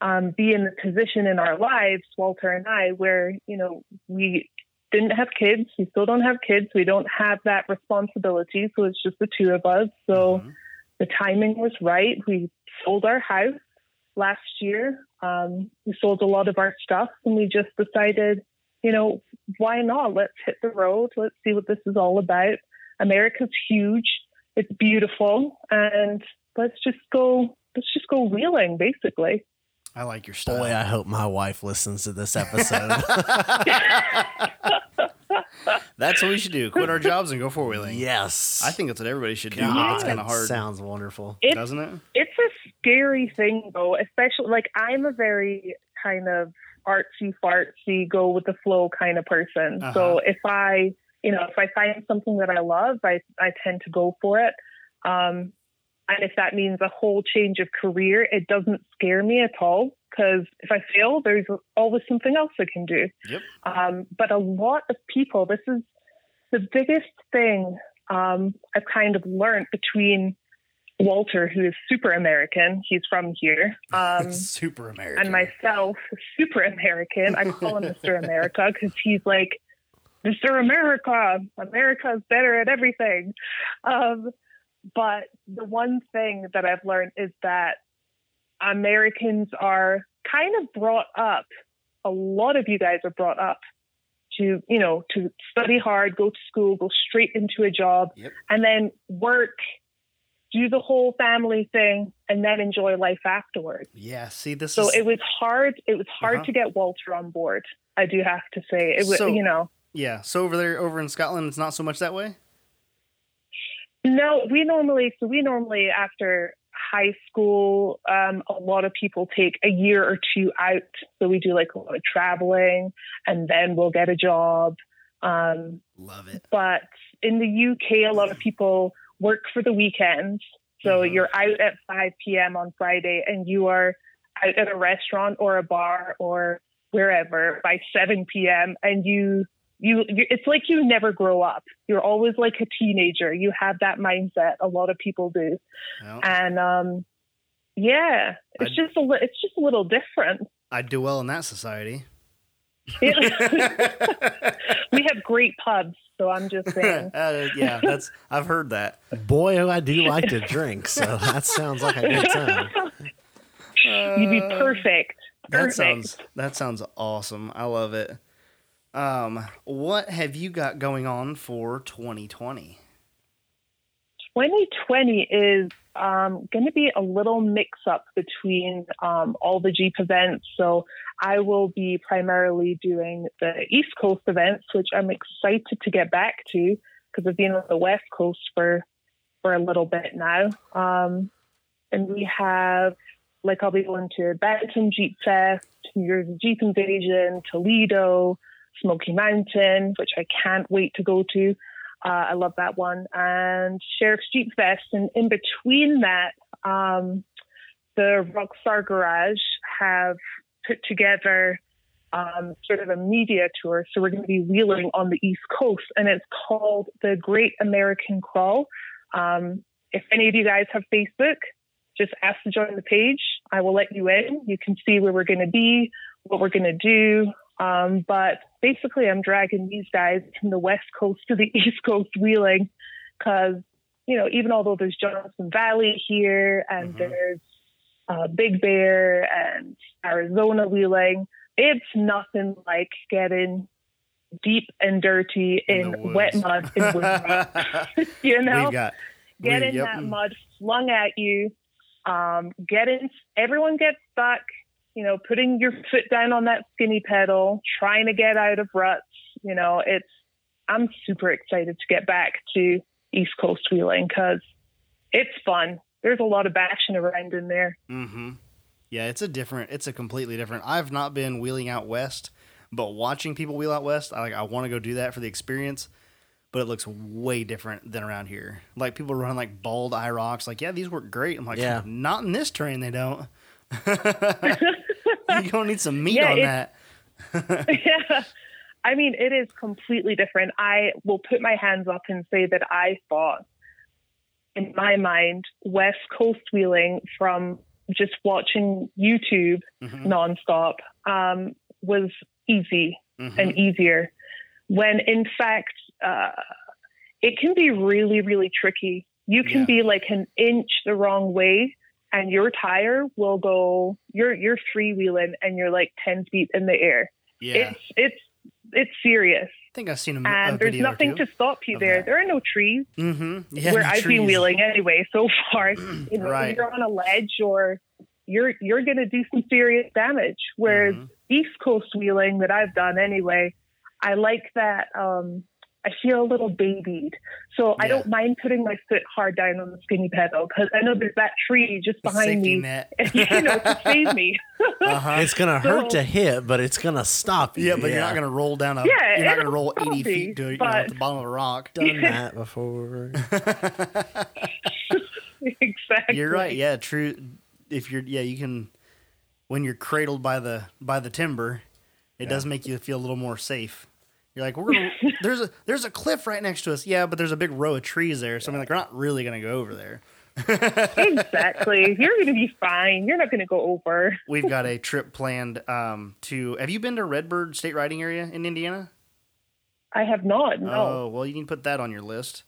um, be in the position in our lives walter and i where you know we didn't have kids we still don't have kids we don't have that responsibility so it's just the two of us so Mhm. the timing was right. We sold our house last year. Um, we sold a lot of our stuff and we just decided, you know, why not? Let's hit the road. Let's see what this is all about. America's huge. It's beautiful. And let's just go, let's just go wheeling basically. I like your style. Boy, I hope my wife listens to this episode. That's what we should do. Quit our jobs and go four wheeling. yes. I think that's what everybody should do. God, It's kind of that hard, Sounds wonderful. It's doesn't it? it's a scary thing though, especially like I'm a very kind of artsy fartsy, go with the flow kind of person. So if I, you know, if I find something that I love, I, I tend to go for it. Um, and if that means a whole change of career, it doesn't scare me at all because if I fail, there's always something else I can do. Yep. Um, but a lot of people, this is the biggest thing um, I've kind of learned between Walter, who is super American, he's from here, Mm-hmm. um, Super American. and myself, super American. I call him Mr. America because he's like, Mr. America, America is better at everything. Um, but the one thing that I've learned is that Americans are kind of brought up, a lot of you guys are brought up to, you know, to study hard, go to school, go straight into a job, Yep. and then work, do the whole family thing, and then enjoy life afterwards. Yeah. See, this So is it was hard. It was hard Uh-huh. to get Walter on board. I do have to say it was, So- you know, yeah. So over there, over in Scotland, it's not so much that way. No, we normally so we normally after high school, um, a lot of people take a year or two out. So we do like a lot of traveling, and then we'll get a job. Um, Love it. but in the UK, a lot of people work for the weekends. So Mhm. you're out at 5 p.m. on Friday, and you are out at a restaurant or a bar or wherever by 7 p.m. and you you you- it's like you never grow up. You're always like a teenager. You have that mindset. A lot of people do, Well, and um, yeah, it's just a li- it's just a little different. I'd do well in that society. we have great pubs, so I'm just saying. Uh, yeah, that's I've heard that. Boy, oh, I do like to drink, so that sounds like a good time. You'd be Uh, perfect. That Perfect. sounds that sounds awesome. I love it. Um, what have you got going on for 2020? 2020 is um, going to be a little mix up between um, all the Jeep events. So I will be primarily doing the East Coast events, which I'm excited to get back to because I've been on the West Coast for for a little bit now. Um, and we have like I'll be going to Benton Jeep Fest, New Jersey Jeep Invasion, Toledo, Smoky Mountain, which I can't wait to go to. Uh, I love that one. And Sheriff's Jeep Fest. And in between that, um, the Rockstar Garage have put together um, sort of a media tour. So we're going to be wheeling on the East Coast, and it's called the Great American Crawl. Um, if any of you guys have Facebook, just ask to join the page. I will let you in. You can see where we're going to be, what we're going to do, um, but basically, I'm dragging these guys from the West Coast to the East Coast wheeling because, you know, even although there's Johnson Valley here and Mhm. there's uh, Big Bear and Arizona wheeling, it's nothing like getting deep and dirty In the in, wet woods. mud in Woodstock, you know? We've got get We- in yep. that mud flung at you. Um, get in. Everyone gets stuck. You know, putting your foot down on that skinny pedal, trying to get out of ruts. You know, it's. I'm super excited to get back to East Coast wheeling because it's fun. There's a lot of bashing around in there. Mm-hmm. Yeah, it's a different. It's a completely different. I've not been wheeling out west, but watching people wheel out west, I like. I want to go do that for the experience, but it looks way different than around here. Like people running like bald eye rocks. Like yeah, these work great. I'm like Yeah. not in this train. They don't. you gonna need some meat Yeah, on it- that. yeah. I mean, it is completely different. I will put my hands up and say that I thought, in my mind, West Coast wheeling from just watching YouTube Mhm, nonstop um, was easy mhm. and easier. When in fact, uh, it can be really, really tricky. You can Yeah. be like an inch the wrong way, and your tire will go. You're you're freewheeling, and you're like ten feet in the air yeah, it's it's it's serious I think I've seen a, mo- a and there's video nothing to stop you of there that. there are no trees mm-hmm. yeah, where the i've been trees. wheeling anyway so far you know, Right. you're on a ledge or you're you're going to do some serious damage whereas Mhm. east coast wheeling that i've done anyway i like that um I feel a little babied, so I Yeah. don't mind putting my foot hard down on the skinny pedal because I know there's that tree just behind Safety me, net. you know, to save me. uh-huh. It's gonna hurt to hit, but it's gonna stop you. Yeah, but you're not gonna roll down a. Yeah, you're not gonna it'll roll still eighty be, feet to you know, but- at the bottom of a rock. done that before. exactly. You're right. Yeah, true. If you're, yeah, you can. When you're cradled by the by the timber, it does make you feel a little more safe. You're like, we're gonna. there's a there's a cliff right next to us. Yeah, but there's a big row of trees there. So I'm like, we're not really gonna go over there. exactly. You're going to be fine. You're not going to go over. We've got a trip planned um, to. Have you been to Redbird State Riding Area in Indiana? I have not. No. Oh, well, you need to put that on your list.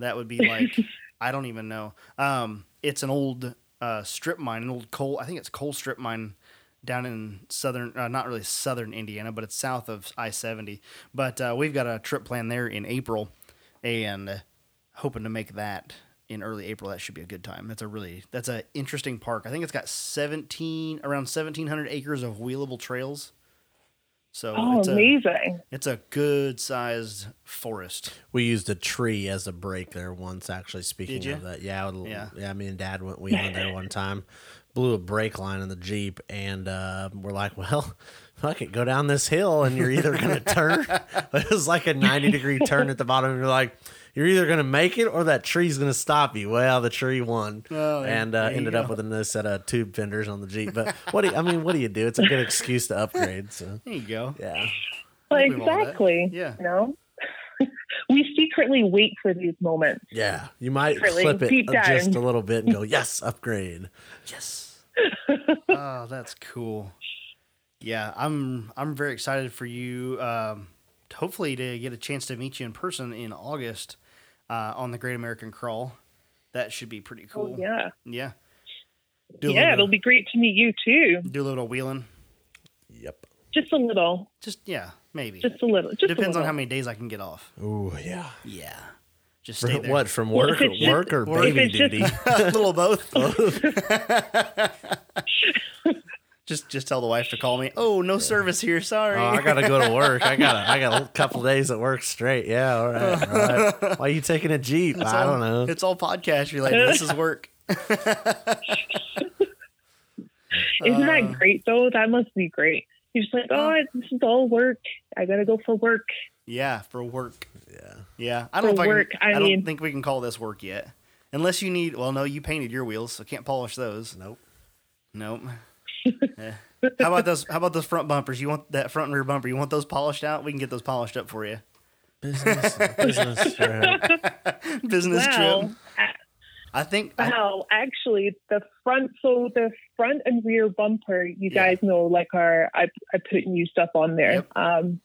That would be like I don't even know. Um, it's an old uh, strip mine, an old coal. I think it's coal strip mine down in southern, uh, not really southern Indiana, but it's south of I seventy. But uh, we've got a trip planned there in April, and hoping to make that in early April. That should be a good time. That's a really that's an interesting park. I think it's got seventeen around seventeen hundred acres of wheelable trails. So Oh, it's a, amazing. it's a good sized forest. We used a tree as a break there once. Actually, speaking Did you? of that, yeah, I would- Yeah. yeah, Me and Dad went wheeling there one time, blew a brake line in the Jeep, and uh, we're like, "Well, fuck it, go down this hill, and you're either gonna turn." it was like a ninety degree turn at the bottom. And you're like, "You're either gonna make it, or that tree's gonna stop you." Well, the tree won, Oh, there- and uh, there you ended go. up with a new set of tube fenders on the Jeep. But what do you, I mean? What do you do? It's a good excuse to upgrade. So There you go. yeah. Well, think we want that. exactly. Yeah. You know, we secretly wait for these moments. Yeah, you might Really clip it deep up just down. a little bit and go, yes, upgrade. Yes. oh, that's cool. Yeah, I'm I'm very excited for you. Um, to hopefully to get a chance to meet you in person in August uh, on the Great American Crawl. That should be pretty cool. Oh, yeah. Yeah. Do a yeah, little, it'll be great to meet you too. do a little wheeling. Yep. Just a little. Just yeah, maybe. Just a little. Just Depends a little. on how many days I can get off. Ooh, yeah. Yeah. Just For stay there. what from work, If it's just- work or Or if baby it's just- duty? a little of both. just just tell the wife to call me. Oh, no service here. Sorry. Oh, I gotta go to work. I got I got a couple days at work straight. Yeah, all right. All right. Why are you taking a jeep? It's I all- don't know. It's all podcast related. this is work. Isn't Uh, that great though? That must be great. You're just like, oh, this is all work. I gotta go for work. Yeah, for work. Yeah. Yeah, I don't For know if work, I, I can, I, mean- don't think we can call this work yet, unless you need. Well, no, you painted your wheels, so can't polish those. Nope. Nope. Eh. How about those? How about those front bumpers? You want that front and rear bumper? You want those polished out? We can get those polished up for you. Business. business. Right. Business Wow. trip. I think. I- Wow, actually, the front, so the front and rear bumper, you Yeah. guys know, like our, I, I put new stuff on there. Yep. Um,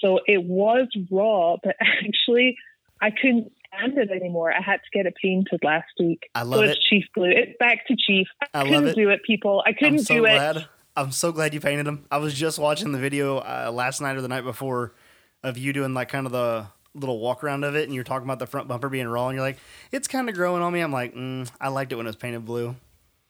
so it was raw, but actually, I couldn't stand it anymore. I had to get it painted last week. I love so it. it's Chief Blue. It's back to Chief. I love couldn't it. do it, people. I couldn't I'm so do it. glad. I'm so glad you painted them. I was just watching the video uh, last night or the night before of you doing like kind of the little walk around of it, and you're talking about the front bumper being raw, and you're like, "It's kind of growing on me." I'm like, mm, "I liked it when it was painted blue."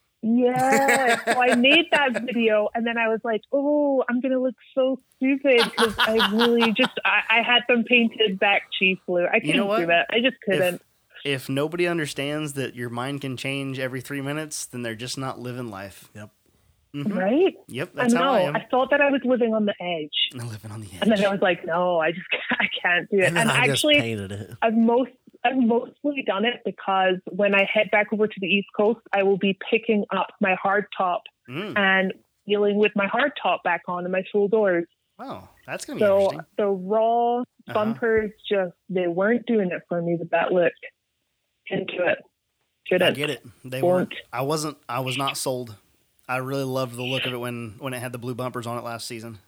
Yeah. so I made that video and then I was like, oh, I'm going to look so stupid because I really just, I, I had them painted back chief blue. I couldn't You know do what? that. I just couldn't. If, if nobody understands that your mind can change every three minutes, then they're just not living life. Yep. Mhm. right? Yep, Mm-hmm. I that's know. how I I, am. thought that I was living on the edge. I'm living on the edge. And then I was like, no, I just can't, I can't do it. And And, then I just actually, painted it. I've most I've mostly done it because when I head back over to the East Coast, I will be picking up my hard top Mm, and dealing with my hard top back on and my full doors. wow, that's gonna be So um, interesting. the raw Uh-huh. bumpers just they weren't doing it for me with that look. Into it. I Couldn't. get it. They Won't. weren't. I wasn't. I was not sold. I really loved the look of it when when it had the blue bumpers on it last season.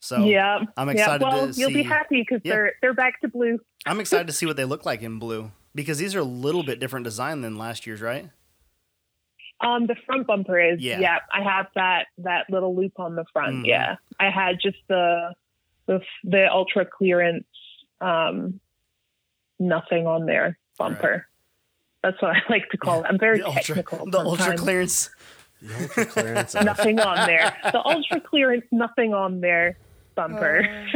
So yeah. I'm yeah. excited Well, to see. you'll be happy because Yeah. they're they're back to blue. I'm excited to see what they look like in blue because these are a little bit different design than last year's, right? Um, the front bumper is Yeah. yeah. I have that that little loop on the front. Mhm. Yeah, I had just the the the ultra clearance, um, nothing on there bumper. That's what I like to call it. I'm very The ultra, technical. the ultra sometimes. clearance. The ultra clearance. nothing on there. The ultra clearance, nothing on there Oh. bumper.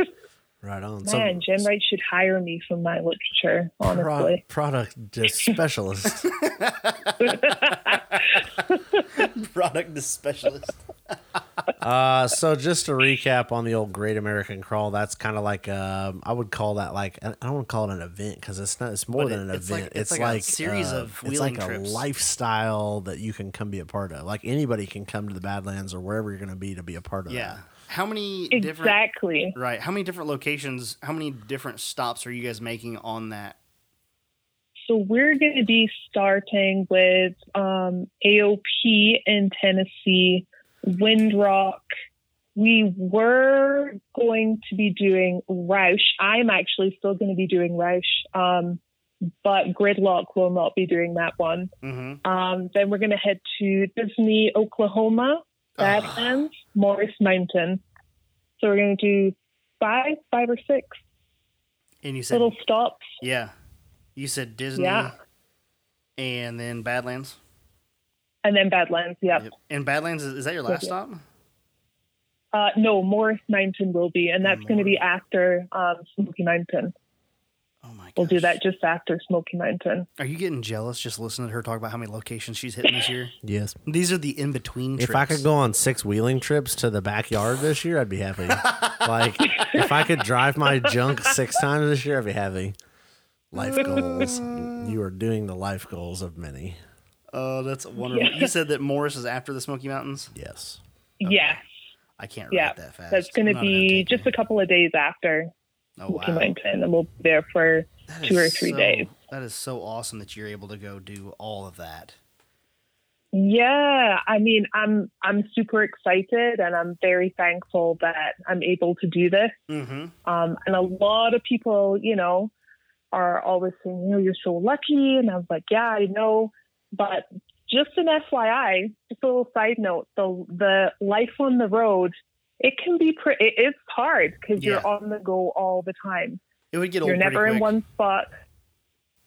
right on. Man, Jim Wright should hire me for my literature. pro- Honestly, product dis- specialist. Product specialist. Uh, so just to recap on the old Great American Crawl, that's kind of like um, I would call that like I don't want to call it an event because it's not. It's more But than an it- it's like- event. it's like it's like, a series uh, of it's wheeling like a trips. lifestyle that you can come be a part of. Like anybody can come to the Badlands or wherever you're going to be to be a part of. Yeah. How many different exactly. right? How many different locations? How many different stops are you guys making on that? So we're going to be starting with um, AOP in Tennessee, Windrock. We were going to be doing Roush. I'm actually still going to be doing Roush, um, but Gridlock will not be doing that one. Mm-hmm. Um, then we're going to head to Disney, Oklahoma, Badlands, Morris Mountain. So we're going to do five, five or six And you said little stops. yeah, you said Disney, Yeah. and then Badlands. And then Badlands, yep. Yep. And Badlands is, is that your last Yeah. stop? Uh, no, Morris Mountain will be, and that's going to be after um, Smoky Mountain. Oh my god, We'll do that just after Smoky Mountain. Are you getting jealous just listening to her talk about how many locations she's hitting this year? Yes. These are the in between trips. If I could go on six wheeling trips to the backyard this year, I'd be happy. like if I could drive my junk six times this year, I'd be happy. Life goals. You are doing the life goals of many. Oh, that's wonderful. You said that Morris is after the Smoky Mountains. Yes. Yes, I can't Yeah, read that fast. that's going I'm to not an be antiquity. just a couple of days after oh, Smoky wow. Mountain, and we'll be there for That two or is three so- days. That is so awesome that you're able to go do all of that. Yeah, I mean, I'm I'm super excited, and I'm very thankful that I'm able to do this. Mm-hmm. Um, and a lot of people, you know, are always saying, you know, you're so lucky. And I was like, yeah, I know. But just an FYI, just a little side note, the, the life on the road it can be pretty. It, it's hard because Yeah. you're on the go all the time. It would get old. You're pretty never in quick. one spot.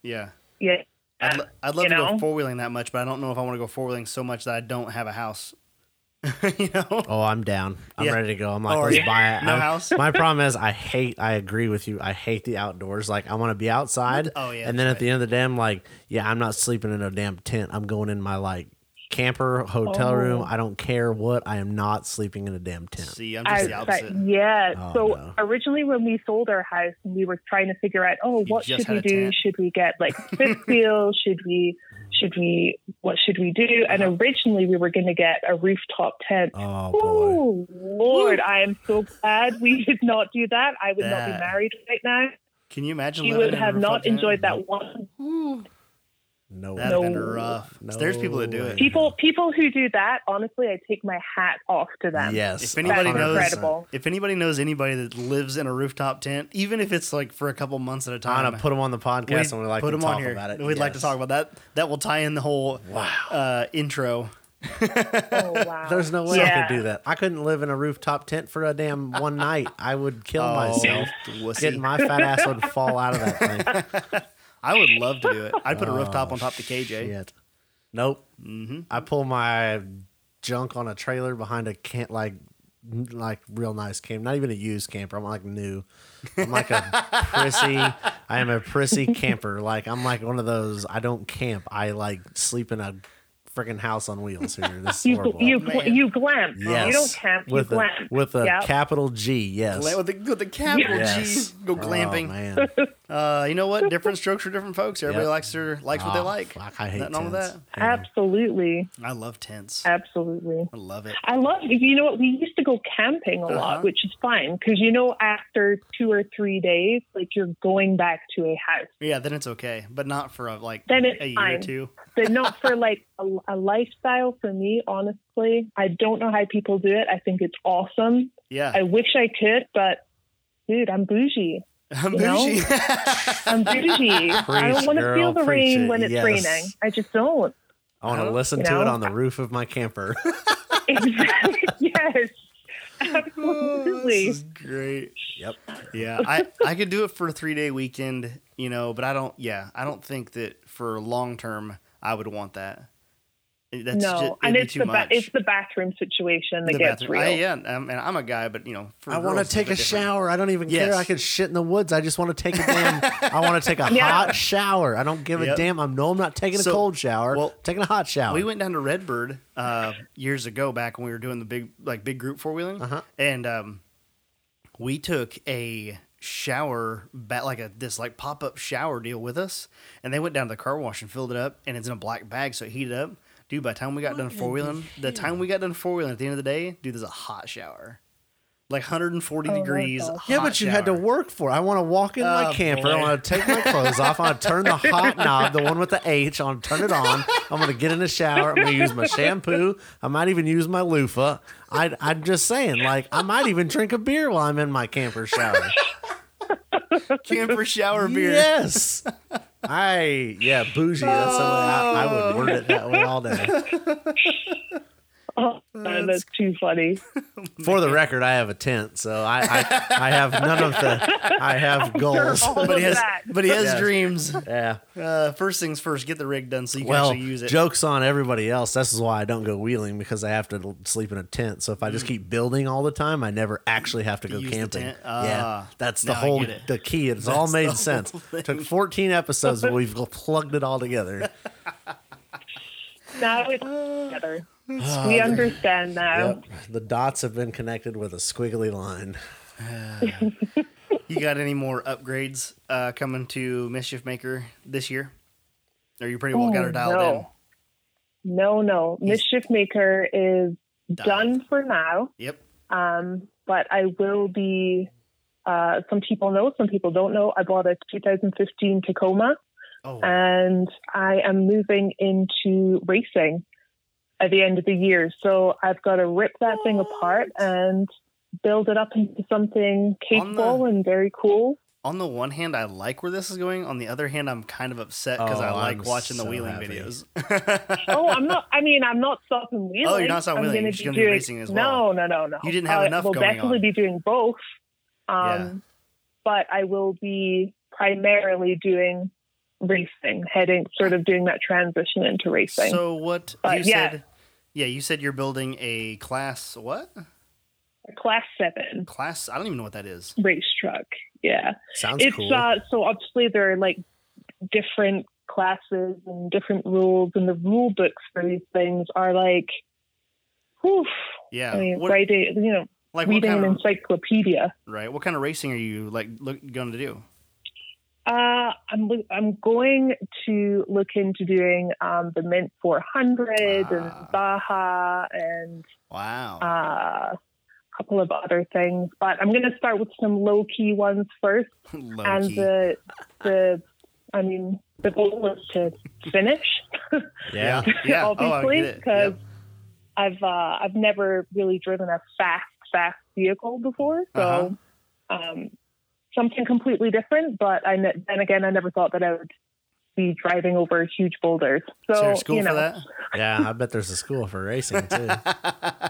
Yeah. Yeah, I'd, l- I'd love you to go know? four wheeling that much, but I don't know if I want to go four wheeling so much that I don't have a house. you know, Oh, I'm down. I'm Yeah. ready to go. I'm like, Oh, are let's you? buy it. no I- house. My problem is, I hate. I agree with you. I hate the outdoors. Like, I want to be outside. Oh, yeah, And then that's at the end of the day, I'm like, yeah, I'm not sleeping in a damn tent. I'm going in my like camper hotel Oh. room. I don't care what. I am not sleeping in a damn tent. See, I'm just I, the but opposite. yeah. Oh, so no. originally, when we sold our house, we were trying to figure out, oh, You what just should we had a do? tent. Should we get like fifth wheel? Should we? Should we? What should we do? And Uh-huh. originally, we were going to get a rooftop tent. Oh boy. Oh Lord, I am so glad we did not do that. I would not That- be married right now. Can you imagine? She living would in a have rooftop not tent? enjoyed that one. No. That'd have been rough. No. There's people that do it. People, people who do that, honestly, I take my hat off to them. Yes. If anybody That's knows- incredible. If anybody knows anybody that lives in a rooftop tent, even if it's like for a couple months at a time, I'm gonna put them on the podcast and we'd like put to 'em talk on here. about it. We'd like to talk about that. That will tie in the whole Wow. uh, intro. Oh wow. There's no way I Yeah. could do that. I couldn't live in a rooftop tent for a damn one night. I would kill Oh, myself. wussy. Get my fat ass would fall out of that thing. I would love to do it. I'd put a rooftop on top of KJ. Shit. Nope. Mm-hmm. I pull my junk on a trailer behind a camp, like like real nice camp. Not even a used camper. I'm like new. I'm like a prissy. I am a prissy camper. Like I'm like one of those. I don't camp. I like sleep in a freaking house on wheels here. This is You horrible. you Man. you glamp. yes. You Uh, don't camp. with you a glamp. with a Yep. capital G. Yes. Gla- with, the, with the capital Yes. G, go glamping. Oh, man. Uh, you know what? Different strokes for different folks. Everybody Yep. likes their likes what they Oh, like. fuck, I hate Nothing wrong with tents. that. Yeah. Absolutely, I love tents. Uh, I absolutely. love it. I love you know what we used to go camping a Uh-huh. lot, which is fine because you know after two or three days, like you're going back to a house. Yeah, then it's okay, but not for a, like Then it's a year or fine. two. But not for like a, a lifestyle. For me, honestly, I don't know how people do it. I think it's awesome. Yeah, I wish I could, but dude, I'm bougie. I'm you know? bougie. I'm bougie. I Preach, don't want to girl, feel the preach rain it. when it's Yes. raining. I just don't. I want to Huh? listen You to it know? on the roof of my camper. Exactly. yes. Oh, Absolutely. this is great. yep. Yeah, I I could do it for a three day weekend, you know, but I don't. Yeah, I don't think that for long term I would want that. Eh, That's no, just, and it'd it's be too the ba- much. it's the bathroom situation that The gets bathroom. real. I, yeah, I'm, and I'm a guy, but you know, for I want girls, to it's take bit a different. shower. I don't even care. Yes. I could shit in the woods. I just want to take a damn. I want to take a Yeah. hot shower. I don't give Yep. a damn. I'm no. I'm not taking a So- cold shower. well, taking a hot shower. We went down to Redbird uh, years ago, back when we were doing the big like big group four wheeling, Uh-huh. and um, we took a shower bat like a this like pop up shower deal with us, and they went down to the car wash and filled it up, and it's in a black bag, so it heated up. Dude, by the time we got done four wheeling, the time we got done four wheeling at the end of the day, dude, there's a hot shower, like 140 Oh my degrees. gosh. yeah, hot but you had to shower. work for. it. I want to walk in Oh, my camper. I boy. want to take my clothes off. I want to turn the hot knob, the one with the H, on. Turn it on. I'm gonna get in the shower. I'm gonna use my shampoo. I might even use my loofah. I, I'm just saying, like, I might even drink a beer while I'm in my camper shower. camper shower beer. Yes. I yeah, bougie. That's the way I, I would word it that way all day. Oh, man, that's too funny. For the record, I have a tent, so I I, I have none of the I have goals. all- But he has, That. but he has Yes. dreams. Yeah. Uh, first things first, get the rig done so you can Well, actually use it. jokes on everybody else. This is why I don't go wheeling because I have to l- sleep in a tent. So if I just keep building all the time, I never actually have to go Mm. Use the camping. tent. yeah, Ah, that's the now I whole get it. the key. It's all That's made the sense. whole Took 14 episodes, but we've plugged it all together. Now it's Ah, together. we understand now. Yep. The dots have been connected with a squiggly line. Uh, You got any more upgrades uh, coming to Mischief Maker this year? Are you pretty well got her Oh, dialed no. No, no. Mischief Maker is Done. done for now. in? Yep. Um, but I will be. Uh, some people know, some people don't know. I bought a 2015 Tacoma, Oh, Uh, and I am moving into racing at the end of the year. So I've got to rip that thing apart and build it up into something On the- capable and very cool. on the one hand, I like where this is going. On the other hand, I'm kind of upset because I Oh, like I'm watching the so wheeling happy. videos. oh, I'm not. I mean, I'm not stopping wheeling. Oh, you're not stopping I'm wheeling, gonna you're just gonna be doing- racing as No, no, no, no. You didn't have I enough will going definitely on. be doing both. Um, Yeah. But I will be primarily doing racing, heading, sort of doing that transition into racing. so what Uh, you yeah. said? Yeah, you said you're building a class what? Class seven Class? I don't even know what that is. race truck. Yeah, Sounds it's cool. uh, so obviously there are like different classes and different rules, and the rule books for these things are like, whew, Yeah. I mean, what, writing, you know, like what reading kind an of encyclopedia. right? What kind of racing are you like look, going to do? Uh, I'm I'm going to look into doing um, the Mint 400 Ah. and Baja and Wow. uh, a couple of other things, but I'm going to start with some low key ones first. Low and uh, key. the the I mean the goal is to finish. yeah. yeah. obviously, oh, I get it. 'cause- Yep. I've uh, I've never really driven a fast fast vehicle before, so Uh-huh. um, something completely different. But I ne- then again, I never thought that I would be driving over huge boulders. Is there So a school you for know, Yeah, I bet there's a school for racing too. that?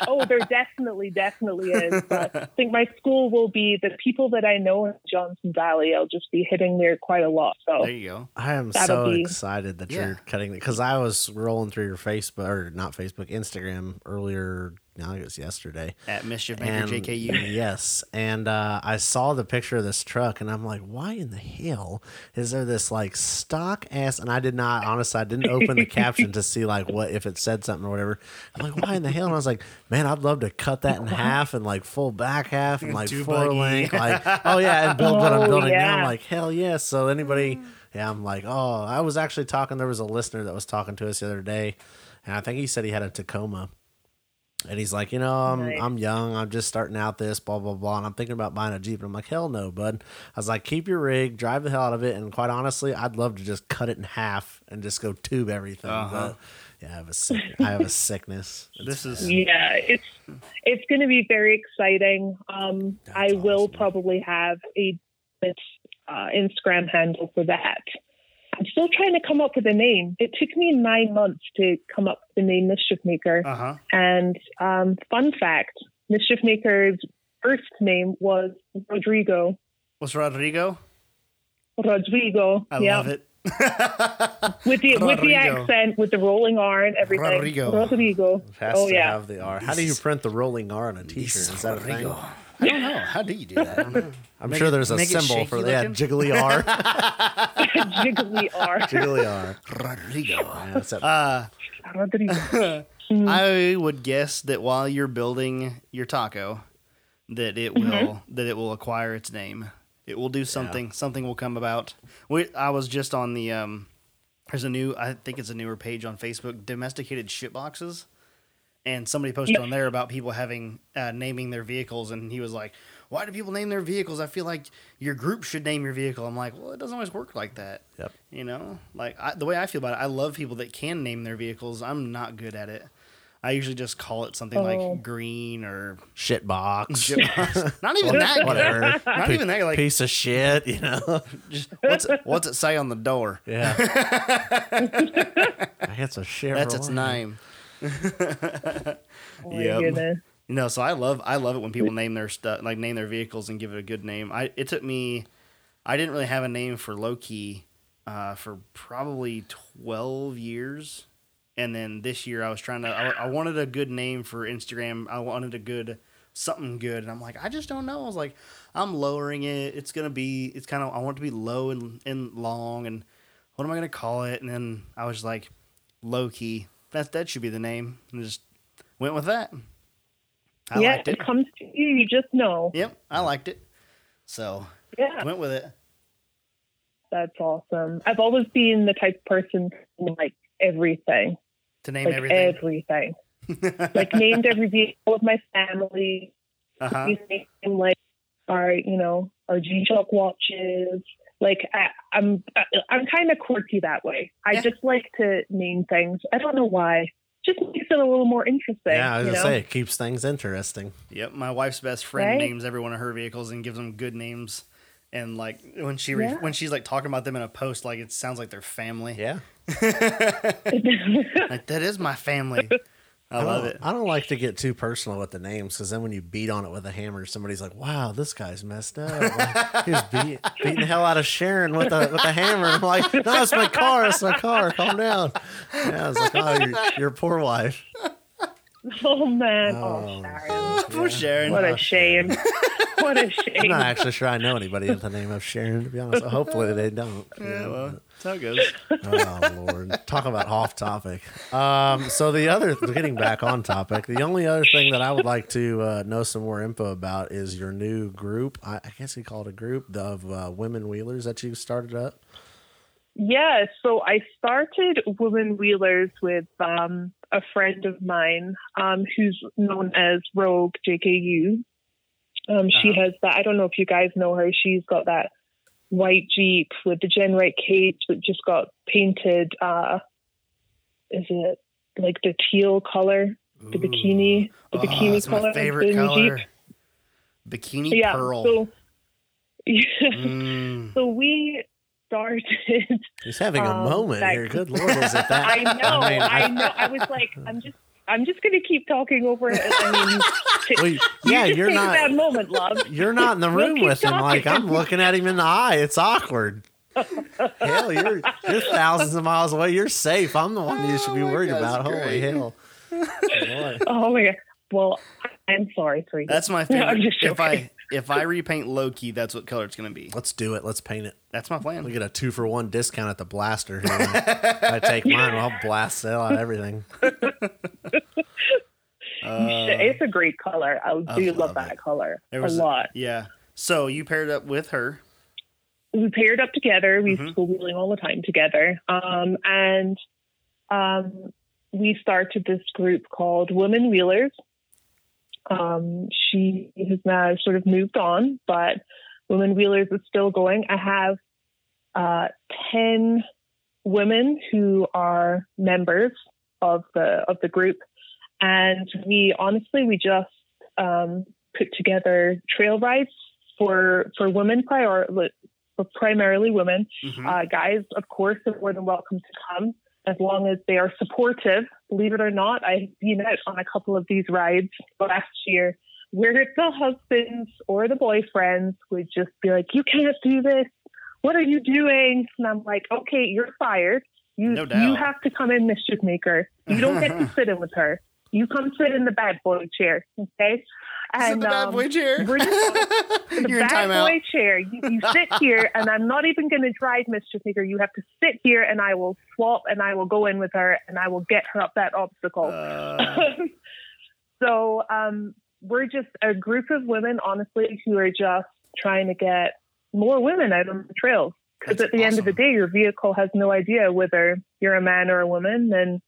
oh, there definitely definitely is. But I think my school will be the people that I know in Johnson Valley. I'll just be hitting there quite a lot. So there you go. I am That'll so be- excited that Yeah. you're cutting because I was rolling through your Facebook or not Facebook, Instagram earlier. Now it was yesterday. At Mischief Maker JKU. Yes, and uh, I saw the picture of this truck, and I'm like, why in the hell is there this like stock ass? And I did not, honestly, I didn't open the caption to see like what if it said something or whatever. I'm like, why in the hell? And I was like, man, I'd love to cut that in half and like full back half and like Two four buggy. link, like oh yeah, and build what Oh, I'm building now. yeah. I'm like, hell yeah. So anybody, yeah, I'm like, oh, I was actually talking. There was a listener that was talking to us the other day, and I think he said he had a Tacoma. And he's like, you know, I'm Nice. I'm young, I'm just starting out this, blah blah blah, and I'm thinking about buying a jeep. And I'm like, hell no, bud. I was like, keep your rig, drive the hell out of it, and quite honestly, I'd love to just cut it in half and just go tube everything. Uh-huh. But yeah, I have a sick, I have a sickness. This is yeah it's it's going to be very exciting um That's i will awesome. probably have a uh, instagram handle for that i'm still trying to come up with a name it took me nine months to come up with the name mischief maker uh huh. and um fun fact mischief maker's first name was rodrigo What's Rodrigo? rodrigo I yeah love it. with the with the Rodrigo. accent with the rolling r and everything Rodrigo. rodrigo Has oh to yeah have the R. How do you print the rolling R on a T-shirt? Is that a thing? I don't know. How do you do that? I don't know. I'm Make sure it- there's a make it symbol for shaky that. Yeah, looking. jiggly R. jiggly r jiggly R. Rodrigo. Yeah, that's it. Uh, rodrigo I would guess that while you're building your taco, that it will that it will acquire its name. It will do something. Something will come about. We, I was just on the um, there's a new I think it's a newer page on Facebook, domesticated shit boxes, and somebody posted on there about people having uh, naming their vehicles, and he was like, "Why do people name their vehicles? I feel like your group should name your vehicle." I'm like, "Well, it doesn't always work like that." Yep. You know, like I, the way I feel about it, I love people that can name their vehicles. I'm not good at it. I usually just call it something Oh. like green or Shit box. shit box. not even that. good. Whatever. Not even that. Like, Piece of shit. You know. just, what's what's it say on the door? Yeah. I had some shit. That's its name. Oh my Yep. goodness. No, so I love I love it when people name their stuff like name their vehicles and give it a good name. I it took me I didn't really have a name for Loki uh, for probably twelve years, and then this year I was trying to I, I wanted a good name for Instagram. I wanted a good something good, and I'm like I just don't know. I was like I'm lowering it. It's gonna be it's kind of I want it to be low and and long, and what am I gonna call it? And then I was like Loki. That that should be the name, and just went with that. I yeah, liked it. it comes to you. You just know. Yep, I liked it. So Yeah, went with it. that's awesome. I've always been the type of person who, like everything, To name like everything. everything. like named every vehicle of my family. uh-huh. These things, like our, you know, our G-Shock watches. Like I, I'm, I, I'm kind of quirky that way. I Yeah. just like to name things. I don't know why. Just makes it a little more interesting. Yeah, I was you gonna know? say it keeps things interesting. Yep, my wife's best friend Right? names every one of her vehicles and gives them good names. and like when she re- Yeah. when she's like talking about them in a post, like it sounds like they're family. Yeah. Like that is my family. I love don't- it. I don't like to get too personal with the names because then when you beat on it with a hammer, somebody's like, "Wow, this guy's messed up. He's beat, beating the hell out of Sharon with a with a hammer." I'm like, "No, it's my car. It's my car. Calm down." Yeah, I was like, "Oh, your, your poor wife." oh man, Oh. oh, Sharon. Poor Sharon. What a shame. what a shame. I'm not actually sure I know anybody with the name of Sharon. To be honest, hopefully they don't. you Yeah, know, well, but- that's how it goes. oh lord talk about off topic um so the other getting back on topic the only other thing that i would like to uh, know some more info about is your new group i, I guess you call it a group the- of uh, women wheelers that you started up Yeah, so I started Woman Wheelers with um, a friend of mine um, who's known as Rogue JKU. Um, She Uh-huh. has that, I don't know if you guys know her, she's got that white Jeep with the Gen Right cage that just got painted, uh, is it like the teal color? The bikini, Oh, the bikini it's color. my of favorite the color. Jeep. Bikini Yeah, pearl. so yeah, Mm. so we started he's having a Um, moment that- here good lord is it that I know. I I, mean, I- know. I was like, I'm just, I'm just gonna keep talking over it. I mean, t- Well, yeah you you're take that not moment, love. you're not in the We'll room keep with him like i'm talking. looking at him in the eye it's awkward hell you're you're thousands of miles away you're safe i'm the one you should be Oh my worried God, about it's holy great. hell Lord. Oh my god. Well, I'm sorry for you. That's my No, favorite. I'm just if I joking. if I repaint Loki, that's what color it's gonna be. Let's do it. Let's paint it. That's my We plan. get a two for one discount at the blaster. Here. If I take mine. I'll blast sale out everything. Uh, it's a great color. I do love love, it. that color There a was- lot. Yeah. So you paired up with her. we paired up together. We Mhm. used to go wheeling all the time together. Um, and um, we started this group called Women Wheelers. Um, she has now sort of moved on, but Women Wheelers is still going. I have uh, 10 women who are members of the of the group and we honestly we just um, put together trail rides for for women prior for primarily women Mhm. uh, guys of course are more than welcome to come as long as they are supportive believe it or not i've been out on a couple of these rides last year where the husbands or the boyfriends would just be like you can't do this what are you doing and i'm like okay you're fired you, No you doubt. have to come in mischief maker you don't get to sit in with her you come sit in the bad boy chair okay Sit in the bad um, boy chair. we're just- the You're in bad timeout. boy chair. You, you sit here, and I'm not even going to drive, Mr. Maker. You have to sit here, and I will swap, and I will go in with her, and I will get her up that obstacle. Uh, so um, we're just a group of women, honestly, who are just trying to get more women out on the trails. Because That's at the end of the awesome. day, your vehicle has no idea whether you're a man or a woman, and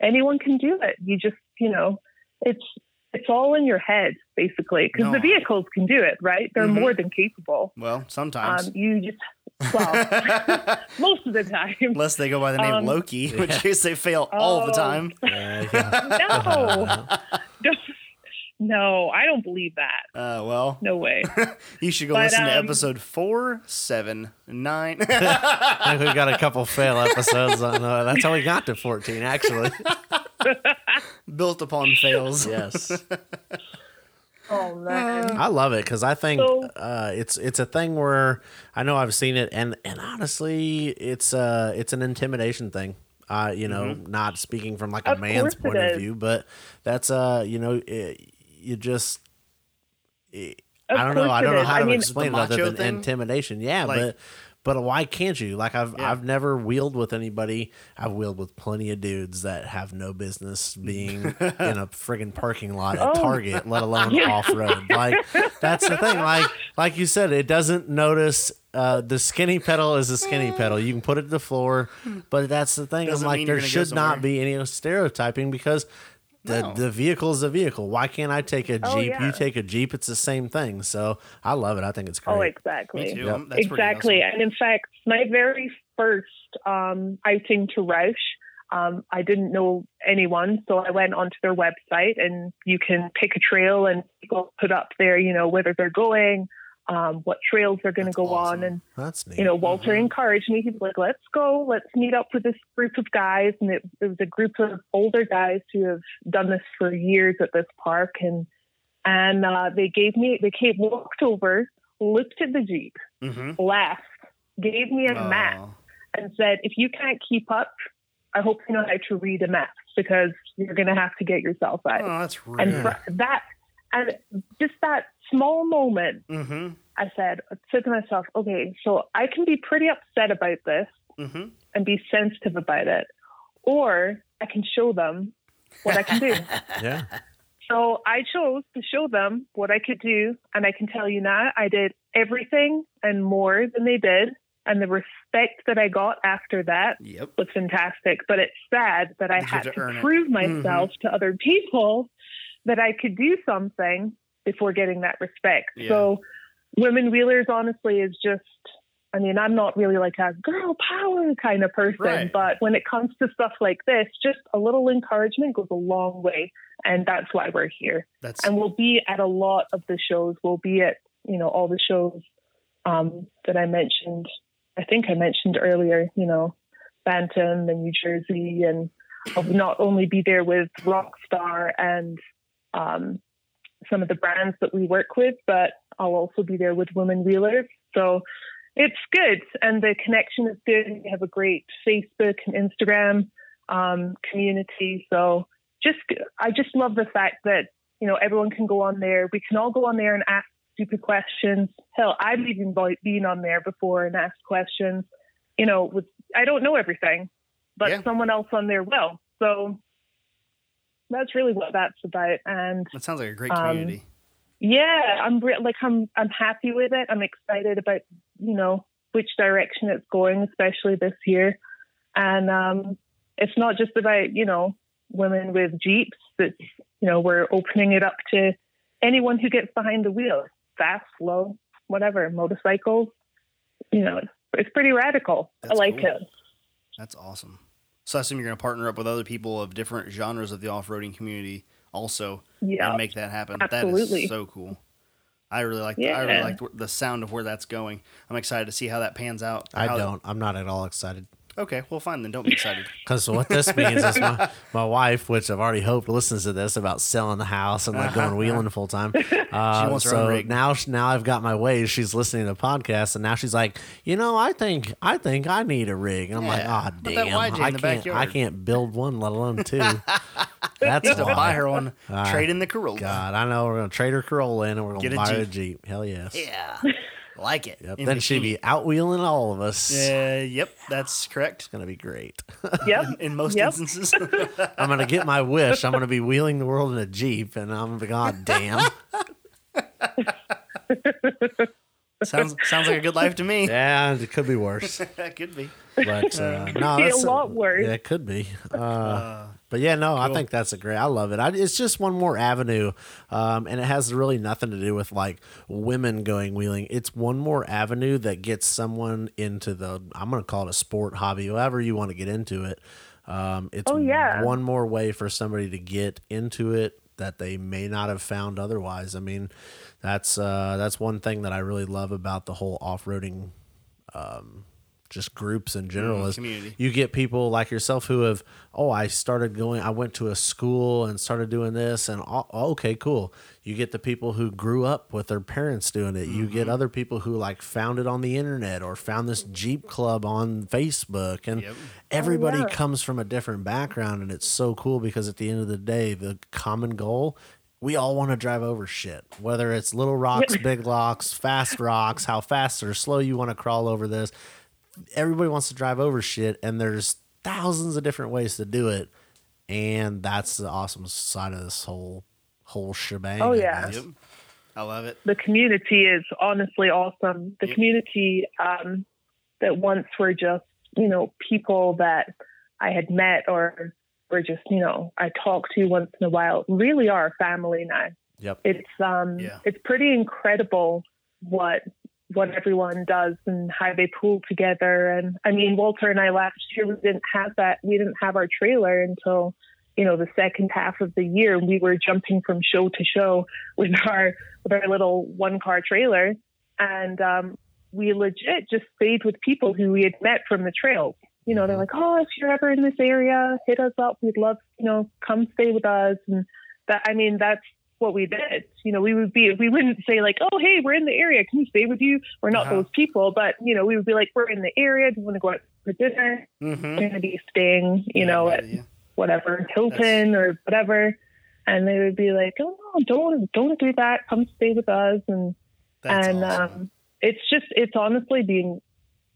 anyone can do it. You just, you know, it's it's all in your head, basically, because No. the vehicles can do it, right? They're Mhm. more than capable. well, sometimes. Um, you just, well, most of the time. Unless they go by the name Um, Loki, which is they fail all the Oh. time. Yeah, yeah. No, no, I don't believe that. Uh, well, No way. you should go But, listen to um, episode four, seven, nine. I think we've got a couple fail episodes on uh, that's how we got to 14 actually Built upon fails. yes Oh man. I love it because I think So- uh, it's it's a thing where I know I've seen it, and and honestly, it's uh it's an intimidation thing. Uh, you know, not speaking from like a Of man's course it point of is. view, but that's uh you know it, you just. It, Of I don't know. course I it don't know is. how I to mean- explain it The other macho than thing? intimidation. Yeah, Like- but but why can't you? Like I've Yeah. I've never wheeled with anybody. I've wheeled with plenty of dudes that have no business being in a friggin' parking lot at Oh. Target, let alone off road. Like that's the thing. Like like you said, it doesn't notice. Uh, the skinny pedal is a skinny pedal. You can put it to the floor, but that's the thing. Doesn't I'm like, mean you're there gonna go should not somewhere. be any stereotyping because the No. the vehicle is a vehicle. Why can't I take a Oh, jeep? yeah. You take a jeep. It's the same thing. So I love it. I think it's great. Oh, exactly. Me too. Yep. Um, that's pretty exactly. awesome. And in fact, my very first um, outing to Roush, um, I didn't know anyone, so I went onto their website, and you can pick a trail, and people put up there, you know, whether they're going, um, what trails they're going to That's go awesome. on. And, That's neat. you know, Walter encouraged me. He was like, let's go, let's meet up with this group of guys. And it, it was a group of older guys who have done this for years at this park. And, and uh, they gave me, they came, walked over, looked at the Jeep, Mm-hmm. laughed, gave me a map and said, if you can't keep up, I hope you know how to read a map because you're going to have to get yourself Oh, out. that's and rude. Yeah. fr- that, and just that small moment, Mm-hmm. I said, said to myself, okay, so I can be pretty upset about this Mm-hmm. and be sensitive about it, or I can show them what I can do. Yeah. so I chose to show them what I could do, and I can tell you now, I did everything and more than they did, and the respect that I got after that Yep. was fantastic, but it's sad that That I you have had to, to earn it. Mm-hmm. prove myself to other people that I could do something before getting that respect. Yeah. So, women wheelers, honestly, is just, I mean, I'm not really like a girl power kind of person, Right. but when it comes to stuff like this, just a little encouragement goes a long way. And that's why we're here. That's And we'll be at a lot of the shows. We'll be at, you know, all the shows um, that I mentioned. I think I mentioned earlier, you know, Phantom and New Jersey. And I'll not only be there with Rockstar and um, some of the brands that we work with, but I'll also be there with Women Wheelers. So it's good. And the connection is good. We have a great Facebook and Instagram um, community. So just, I just love the fact that you know, everyone can go on there. We can all go on there and ask stupid questions. Hell, I've even bo- been on there before and asked questions. You know, with I don't know everything, but Yeah. someone else on there will. So that's really what that's about. And that sounds like a great um, community. yeah, I'm re- like I'm I'm happy with it. I'm excited about you know which direction it's going, especially this year. And um, it's not just about you know women with jeeps. It's you know we're opening it up to anyone who gets behind the wheel, fast, slow, whatever, motorcycles. You know, it's, it's pretty radical. I That's like cool. it. That's awesome. So I assume you're going to partner up with other people of different genres of the off-roading community, also, Yeah, and make that happen. That Absolutely. is so cool. I really like. I really Yeah. like the sound of where that's going. I'm excited to see how that pans out. I How- don't. I'm not at all excited. Okay, well, fine then. Don't be excited. Because what this means is my, my wife, which I've already hoped listens to this about selling the house and like going wheeling full time. Uh, wants her own so rig. now sh- now I've got my ways. She's listening to podcasts and now she's like, you know, I think I think I need a rig. And I'm Yeah, like, oh put that damn, YJ in I the can't I backyard." can't build one, let alone two. That's to buy why. her on trade in the Corolla. Ah, God, I know we're gonna trade her Corolla in and we're gonna Get a buy her a Jeep. Jeep. Hell yes. Yeah, like it. Yep. In Then she'd bikini. be out wheeling all of us. Yeah, yep, that's correct. Gonna be great. yep. In most Yep. instances, I'm gonna get my wish. I'm gonna be wheeling the world in a jeep, and I'm gonna be, god damn. sounds sounds like a good life to me. Yeah, it could be worse, that could be. but uh, no, be a that's lot worse. Yeah, it could be. Uh, Uh, but yeah, no, I think that's a great. I love it. I, it's just one more avenue, um, and it has really nothing to do with like women going wheeling. It's one more avenue that gets someone into the. I'm gonna call it a sport hobby, however you want to get into it. Um, it's Oh, yeah. one more way for somebody to get into it that they may not have found otherwise. I mean, that's uh, that's one thing that I really love about the whole off-roading um, just groups in general Mm, is community. you get people like yourself who have oh i started going i went to a school and started doing this and oh, okay cool you get the people who grew up with their parents doing it you get other people who like found it on the internet or found this jeep club on facebook and Yep. everybody yeah. comes from a different background and it's so cool because at the end of the day the common goal we all want to drive over shit, whether it's little rocks, big rocks, fast rocks, how fast or slow you want to crawl over this everybody wants to drive over shit and there's thousands of different ways to do it and that's the awesome side of this whole whole shebang Oh, I yeah. guess. yep, I love it. the community is honestly awesome. The Yeah. community um, that once were just, you know, people that I had met or were just, you know, I talked to once in a while really are family now. Yep. It's um Yeah. it's pretty incredible what what everyone does and how they pool together and I mean Walter and I last year we didn't have that we didn't have our trailer until you know the second half of the year and we were jumping from show to show with our with our little one car trailer and um, we legit just stayed with people who we had met from the trails. You know, they're like, "Oh, if you're ever in this area, hit us up. We'd love, you know, come stay with us." And that, I mean, that's what we did. You know, we would be, we wouldn't say like, "Oh, hey, we're in the area. Can we stay with you?" We're not Uh-huh. those people, but you know, we would be like, "We're in the area. Do you want to go out for dinner? Mm-hmm. We're going to be staying, you know, at whatever Hilton or whatever, and they would be like, "Oh no, don't don't do that. Come stay with us." And That's and awesome. um, it's just it's honestly been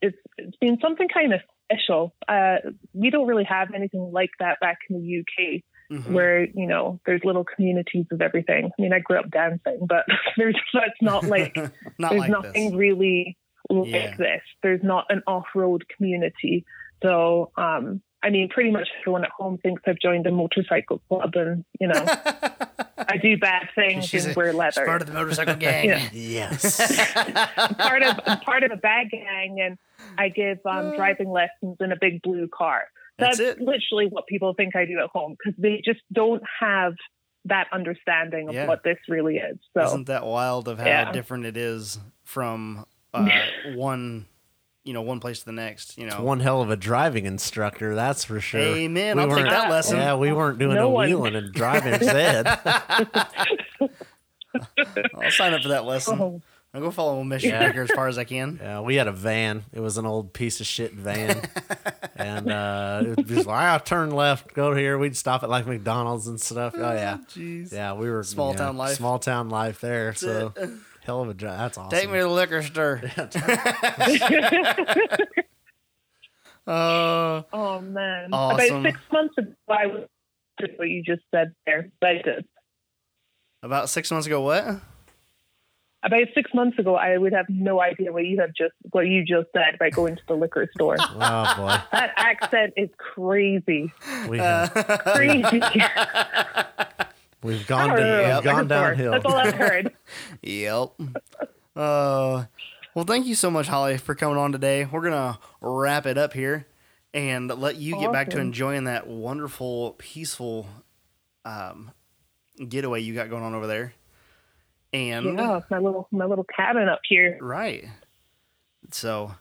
it's it's been something kind of special. Uh, we don't really have anything like that back in the UK, Mhm. where you know there's little communities of everything. I mean, I grew up dancing, but there's that's not like not there's like nothing this. really like Yeah. this. There's not an off-road community. So, um, I mean, pretty much everyone at home thinks I've joined a motorcycle club, and you know, I do bad things She's and a- wear It's leather. part of the motorcycle gang. Yeah. Yes. part of I'm part of a bad gang, and I give um, driving lessons in a big blue car. Uh. That's it. That's, literally what people think I do at home because they just don't have that understanding of Yeah. what this really is. So, Isn't that wild of how Yeah. different it is from uh, one, you know, one place to the next? You know, One hell of a driving instructor, that's for sure. Amen. We I'll take weren't- that lesson. Yeah, we weren't doing No no one- wheeling and driving instead. I'll sign up for that lesson. Oh. I'll go follow a mission Yeah. maker as far as I can. Yeah, we had a van. It was an old piece of shit van. and uh, it was just like, "Ah, turn left, go here. We'd stop at like McDonald's and stuff. Oh, yeah. Jeez. Yeah, we were Small yeah, town life. Small town life there. so, it. hell of a drive. That's awesome. Take me to the liquor store. Uh, oh man, Awesome. about six months ago, I was did what you just said there. but I did. about six months ago, what? About six months ago, I would have no idea what you have just what you just said by going to the liquor store. Oh that accent is crazy, boy, we Uh, have, crazy. we've I gone don't to, know. we've Liquor gone store. downhill. That's all I've heard. Yep. Uh, well, thank you so much, Holly, for coming on today. We're gonna wrap it up here and let you get back to Awesome. enjoying that wonderful, peaceful um, getaway you got going on over there. And Yeah, my little my little cabin up here. right, so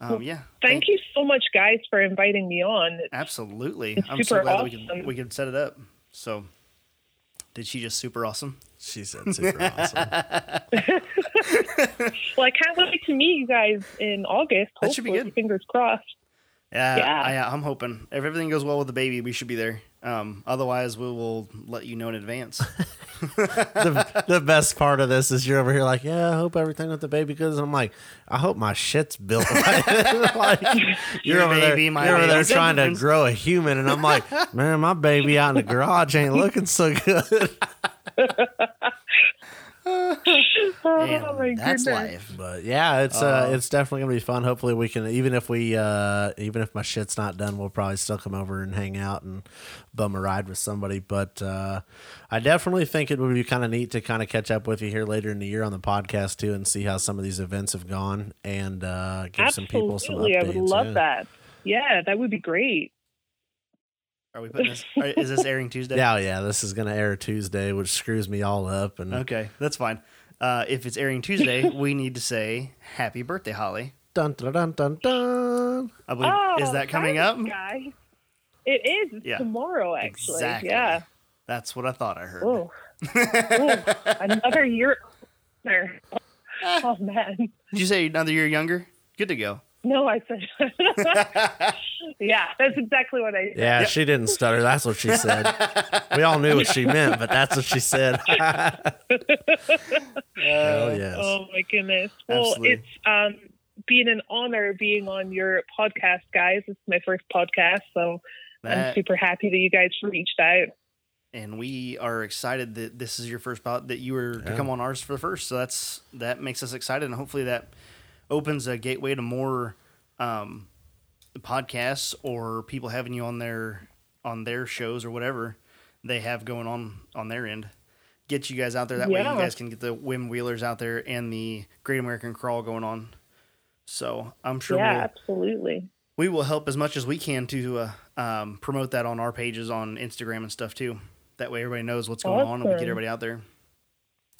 um, Well, yeah, Thank you so much, guys, for inviting me on. Absolutely, It's I'm so super glad that we awesome. could we could set it up. So, did she just super awesome? She said super awesome. Well, I can't wait to meet you guys in August. That should be hopefully. good. Fingers crossed. Yeah, Yeah. I, I'm hoping if everything goes well with the baby, we should be there. Um, otherwise, we will let you know in advance. the, the best part of this is you're over here like, yeah, I hope everything with the baby goes. I'm like, I hope my shit's built. like, Your you're over there, baby, my you're over baby. there trying to Something's- grow a human, and I'm like, man, my baby out in the garage ain't looking so good. Oh And my that's goodness! life. But yeah, it's uh, Oh. Um, it's definitely gonna be fun. Hopefully, we can even if we uh, even if my shit's not done, we'll probably still come over and hang out and bum a ride with somebody. But uh, I definitely think it would be kind of neat to kind of catch up with you here later in the year on the podcast too, and see how some of these events have gone and uh, give some people some Absolutely, updates. I would love yeah. that. Yeah, that would be great. Are we putting this? Are, is this airing Tuesday? Yeah, oh, yeah, this is gonna air Tuesday, which screws me all up. And Okay, that's fine. Uh, if it's airing Tuesday, we need to say happy birthday, Holly. dun dun dun dun dun. I believe is that coming up? Oh, thanks, guys. It is It's Yeah. tomorrow, actually. Exactly. Yeah. That's what I thought I heard. Oh, oh another year. older. Oh man. Did you say another year younger? Good to go. No, I said. yeah, that's exactly what I. Yeah, she didn't stutter. That's what she said. we all knew what she meant, but that's what she said. Uh, Hell yes. Oh my goodness. Well, Absolutely. it's um been an honor being on your podcast, guys. It's my first podcast, so I'm That- super happy that you guys reached out. and we are excited that this is your first pot that you were to Yeah. come on ours for the first. So that's that makes us excited, and hopefully that opens a gateway to more um, podcasts or people having you on their on their shows or whatever they have going on on their end. Get you guys out there that way. Yeah. You guys can get the Wim Wheelers out there and the Great American Crawl going on. So I'm sure yeah, we'll, absolutely. we will help as much as we can to uh, um, promote that on our pages on Instagram and stuff too. That way, everybody knows what's going on and we get Awesome. everybody out there.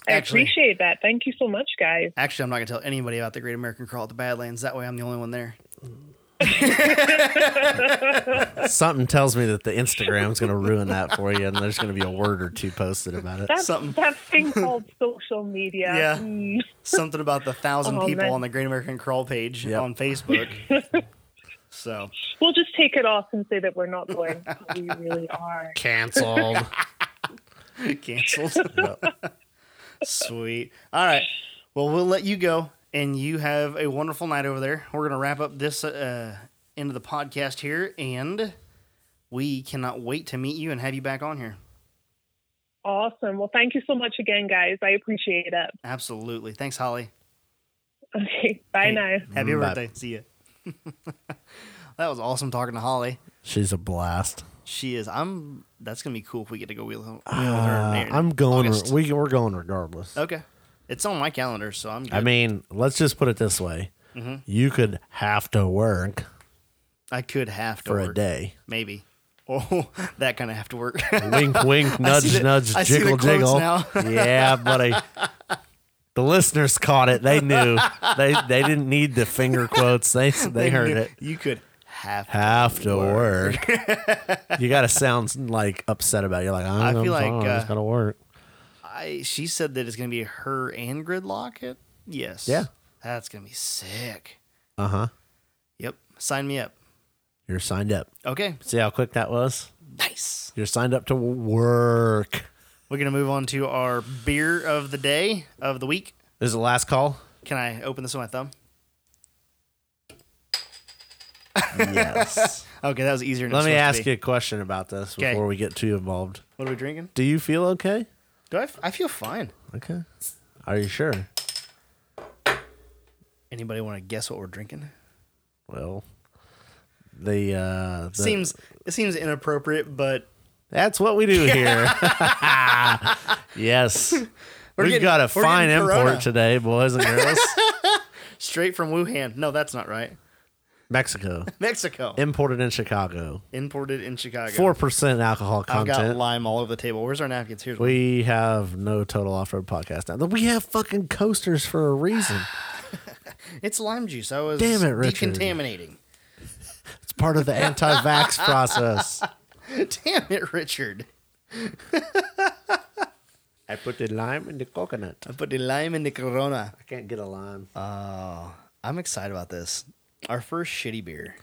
I Actually- appreciate that. Thank you so much, guys. Actually, I'm not going to tell anybody about the Great American Crawl at the Badlands. That way, I'm the only one there. Something tells me that the Instagram's going to ruin that for you, and there's going to be a word or two posted about it. That's Something. that thing called social media. Yeah. Mm. Something about the thousand Oh, people man. on the Great American Crawl page Yep. on Facebook. so We'll just take it off and say that we're not going. but we really are. Canceled. canceled. Sweet. All right. Well, we'll let you go, and you have a wonderful night over there. We're gonna wrap up this uh, end of the podcast here, and we cannot wait to meet you and have you back on here. Awesome. Well, thank you so much again, guys. I appreciate it. Absolutely. Thanks, Holly. Okay. Bye Hey. now. Happy Mm, bye. birthday. See ya. that was awesome talking to Holly. She's a blast. She is. I'm. That's gonna be cool if we get to go wheel, wheel with Uh, her. in I'm going. Oh, August. We, we're going regardless. okay. It's on my calendar, so I'm. Good. Mm-hmm. I mean, let's just put it this way: you could have to work I could have to for work, a day. maybe. Oh, that kind of have to work. Wink, wink, nudge, the- nudge, I see the jiggle, quotes jiggle. now. yeah, buddy. The listeners caught it. They knew. they they didn't need the finger quotes. They they, heard knew it. You could have. Have to work. you got to sound like upset about. It. You're like, I, I feel feel like, like it's uh, gonna work. I. She said that it's gonna be her and Gridlock. It. Yes. Yeah. That's gonna be sick. Uh huh. Yep. Sign me up. You're signed up. Okay. See how quick that was. Nice. You're signed up to work. We're gonna move on to our beer of the day of the week. This is the last call. Can I open this with my thumb? Yes. Okay, that was easier. Than Let it's me supposed ask to be. you a question about this Okay. before we get too involved. What are we drinking? Do you feel okay? Do I? F- I feel fine. Okay. Are you sure? Anybody want to guess what we're drinking? Well, the, uh, the- seems it seems inappropriate, but that's what we do here. yes. we have getting- got a we're fine getting import Corona. today, boys and girls. straight from Wuhan. No, that's not right. Mexico. Mexico. Imported in Chicago. Imported in Chicago. 4% alcohol I've got content. lime all over the table. Where's our napkins? Here's one. We have no total off road podcast now. We have fucking coasters for a reason. It's lime juice. I was Damn it, Richard. decontaminating. It's part of the anti vax process. Damn it, Richard. I put the lime in the coconut. I put the lime in the Corona. Uh, I can't get a lime. I'm excited about this. Our first shitty beer.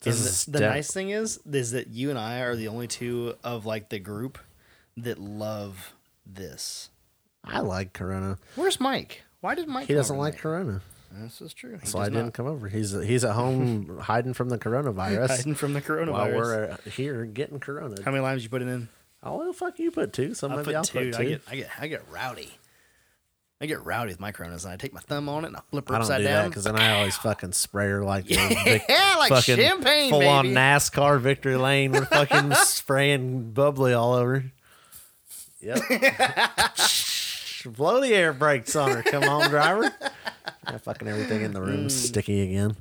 This And is the, the def- nice thing is, is that you and I are the only two of like the group that love this. I like Corona. Where's Mike? Why did Mike? He come doesn't over like tonight? Corona, This is true. He so does I didn't not. come over. He's he's at home hiding from the coronavirus. Hiding from the while coronavirus. we're uh, here getting Corona. How many limes you putting in? Oh well, fuck you put two. So I maybe put I'll two. put two. I get, I get, I get rowdy. I get rowdy with my Coronas, and I take my thumb on it and I flip her I don't upside do that down. because then I always fucking spray her like yeah, Yeah, like fucking champagne, full on baby. NASCAR victory lane. We're fucking spraying bubbly all over. Yep. Blow the air brakes on her. Come on, driver. Yeah, fucking everything in the Mm. room sticky again.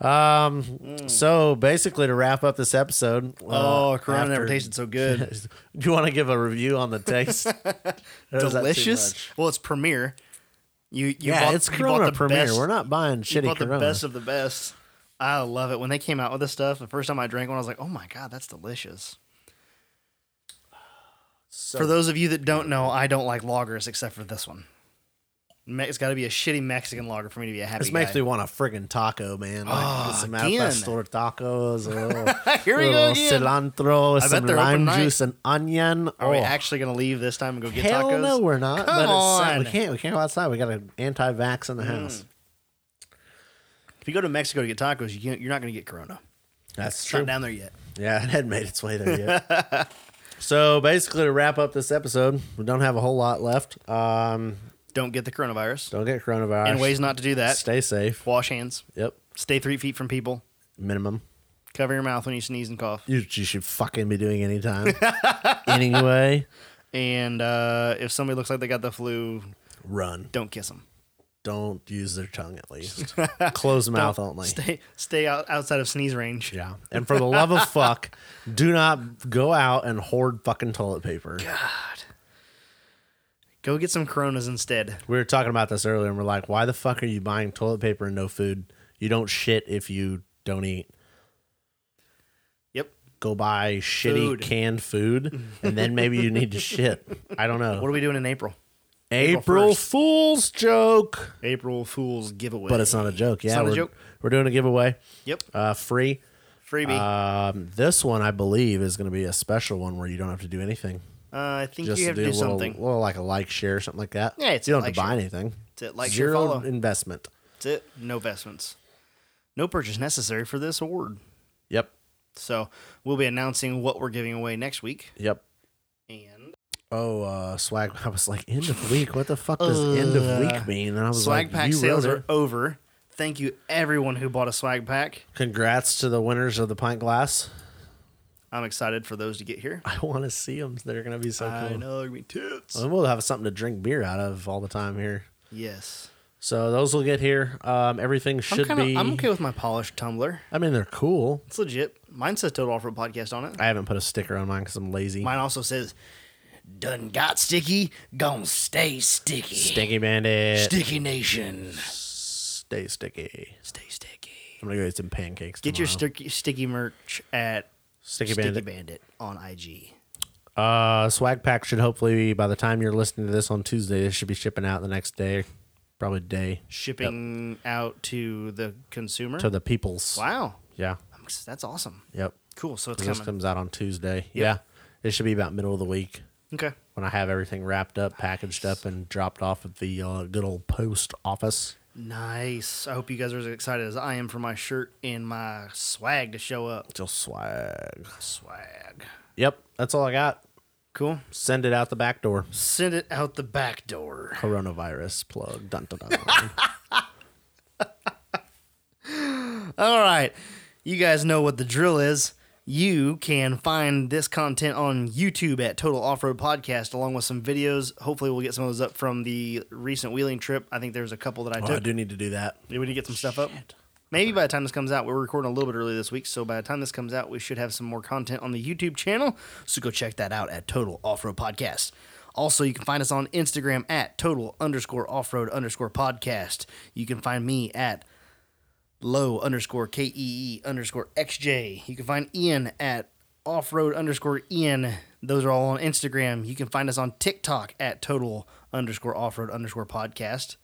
Um. So basically, to wrap up this episode, oh, uh, Corona never after- tasted so good. Do you want to give a review on the taste? Or is that too much? Delicious. Well, it's Premier. You, you yeah, bought, it's you Corona bought the Premier. Best, We're not buying you shitty bought the Corona. best of the best. I love it when they came out with this stuff. The first time I drank one, I was like, "Oh my god, that's delicious." So- for those of you that don't know, I don't like lagers except for this one. Me- It's got to be a shitty Mexican lager for me to be a happy. This makes guy. me want a friggin' taco, man. Like, Oh, get some again. alpastor tacos, a little, Here we little go again. cilantro, bet some they're open lime night. juice, and onion. Are oh, we actually gonna leave this time and go get hell tacos? no, we're not. Come but it's, on. Mm, we can't. We can't go outside. We got an anti-vax in the house. If you go to Mexico to get tacos, you can't, you're not going to get Corona. That's It's not down there yet. Yeah, it hadn't made its way there yet. so basically, to wrap up this episode, we don't have a whole lot left. Um, Don't get the coronavirus. don't get coronavirus. And ways not to do that: Stay safe. wash hands, Yep. stay three feet from people, Minimum. cover your mouth when you sneeze and cough, You, you should fucking be doing anytime. anyway, and uh, if somebody looks like they got the flu, run. don't kiss them. don't use their tongue at least. Closed mouth only. Stay stay out, outside of sneeze range. yeah. And for the love of fuck, do not go out and hoard fucking toilet paper. God, Go get some Coronas instead. We were talking about this earlier, and we're like, why the fuck are you buying toilet paper and no food? You don't shit if you don't eat. Yep. Go buy shitty Food. canned food, and then maybe you need to shit. I don't know. What are we doing in April? April, April 1st. Fool's joke. April Fool's giveaway. But it's not a joke. Yeah, not a we're, joke. we're doing a giveaway, Yep. uh, free. Freebie. Uh, Um, this one, I believe, is going to be a special one where you don't have to do anything. Uh, I think Just you have to do, do, a little, something. little like a like, share, something like that. Yeah, it's you a don't have like, to buy anything. It's a like, share, Zero follow. investment. That's it. No vestments. No purchase necessary for this award. Yep, So we'll be announcing what we're giving away next week. yep. And Oh, uh, swag! I was like, end of week. What the fuck does end of week mean? And I was Uh, swag like, pack you sales wrote are it. over. Thank you everyone who bought a swag pack. Congrats to the winners of the pint glass. I'm excited for those to get here. I want to see them. They're gonna be so I cool. Uh, know they're gonna be tits. And we'll have something to drink beer out of all the time here. Yes. So those will get here. Um, everything should I'm kinda, be. I'm okay with my polished tumbler. I mean, they're cool. It's legit. Mine says Total Off Road Podcast on it. I haven't put a sticker on mine because I'm lazy. Mine also says, "Done got sticky, gon' stay sticky. Stinky bandit. Sticky Nation, Stay sticky. stay sticky." I'm gonna go eat some pancakes. Get your tomorrow. sticky sticky merch at sticky Sticky bandit. Bandit, on IG. Uh, swag pack should hopefully by the time you're listening to this on Tuesday, it should be shipping out the next day, probably day Shipping out to the consumer. to the peoples. wow, Yeah. I'm ex- that's awesome. Yep. Cool. So it's This coming. comes out on Tuesday. Yeah. It should be about middle of the week Okay. when I have everything wrapped up, packaged up, and dropped off at the uh, good old post office. Nice. I hope you guys are as excited as I am for my shirt and my swag to show up. Still swag. Swag. Yep. That's all I got. Cool. Send it out the back door. Send it out the back door. Coronavirus plug. Dun, dun, dun. All right. You guys know what the drill is. You can find this content on YouTube at Total Off Road Podcast, along with some videos. Hopefully, we'll get some of those up from the recent wheeling trip. I think there's a couple that I oh, I took. do need to do that. We need to get some stuff up. Maybe by the time this comes out, we're recording a little bit early this week. So by the time this comes out, we should have some more content on the YouTube channel. So go check that out at Total Off Road Podcast. Also, you can find us on Instagram at total underscore off road underscore podcast. You can find me at low underscore KEE underscore XJ. You can find Ian at offroad underscore Ian. Those are all on Instagram. You can find us on TikTok at total underscore offroad underscore podcast.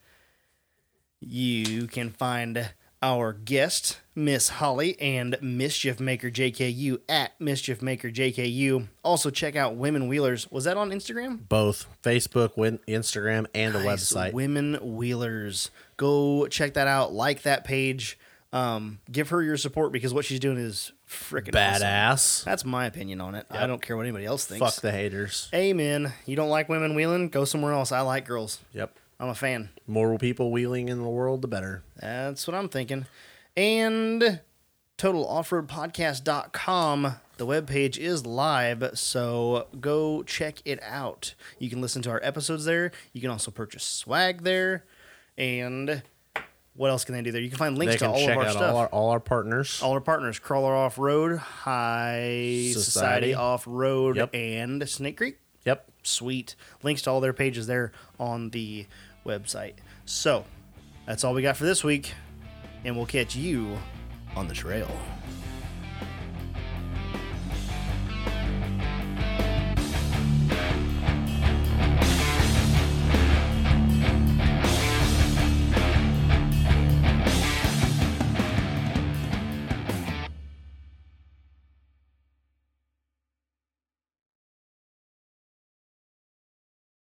You can find our guest, Miss Holly, and Mischief Maker JKU at Mischief Maker JKU. Also, check out Women Wheelers. Was that on Instagram? Both Facebook, Win- Instagram, and the Nice. website. Women Wheelers. Go check that out. Like that page. Um, give her your support because what she's doing is freaking awesome. Badass. That's my opinion on it. I don't care what anybody else thinks. Fuck the haters. Amen. You don't like women wheeling? Go somewhere else. I like girls. Yep. I'm a fan. More people wheeling in the world, the better. That's what I'm thinking. And totaloffroadpodcast.com. The webpage is live, so go check it out. You can listen to our episodes there. You can also purchase swag there. And what else can they do there? You can find links they to can all check of our out stuff. all our all our partners. all our partners, Crawler Off Road, High Society, Society. Off Road, Yep. and Snake Creek yep. sweet links to all their pages there on the website so that's all we got for this week and we'll catch you on the trail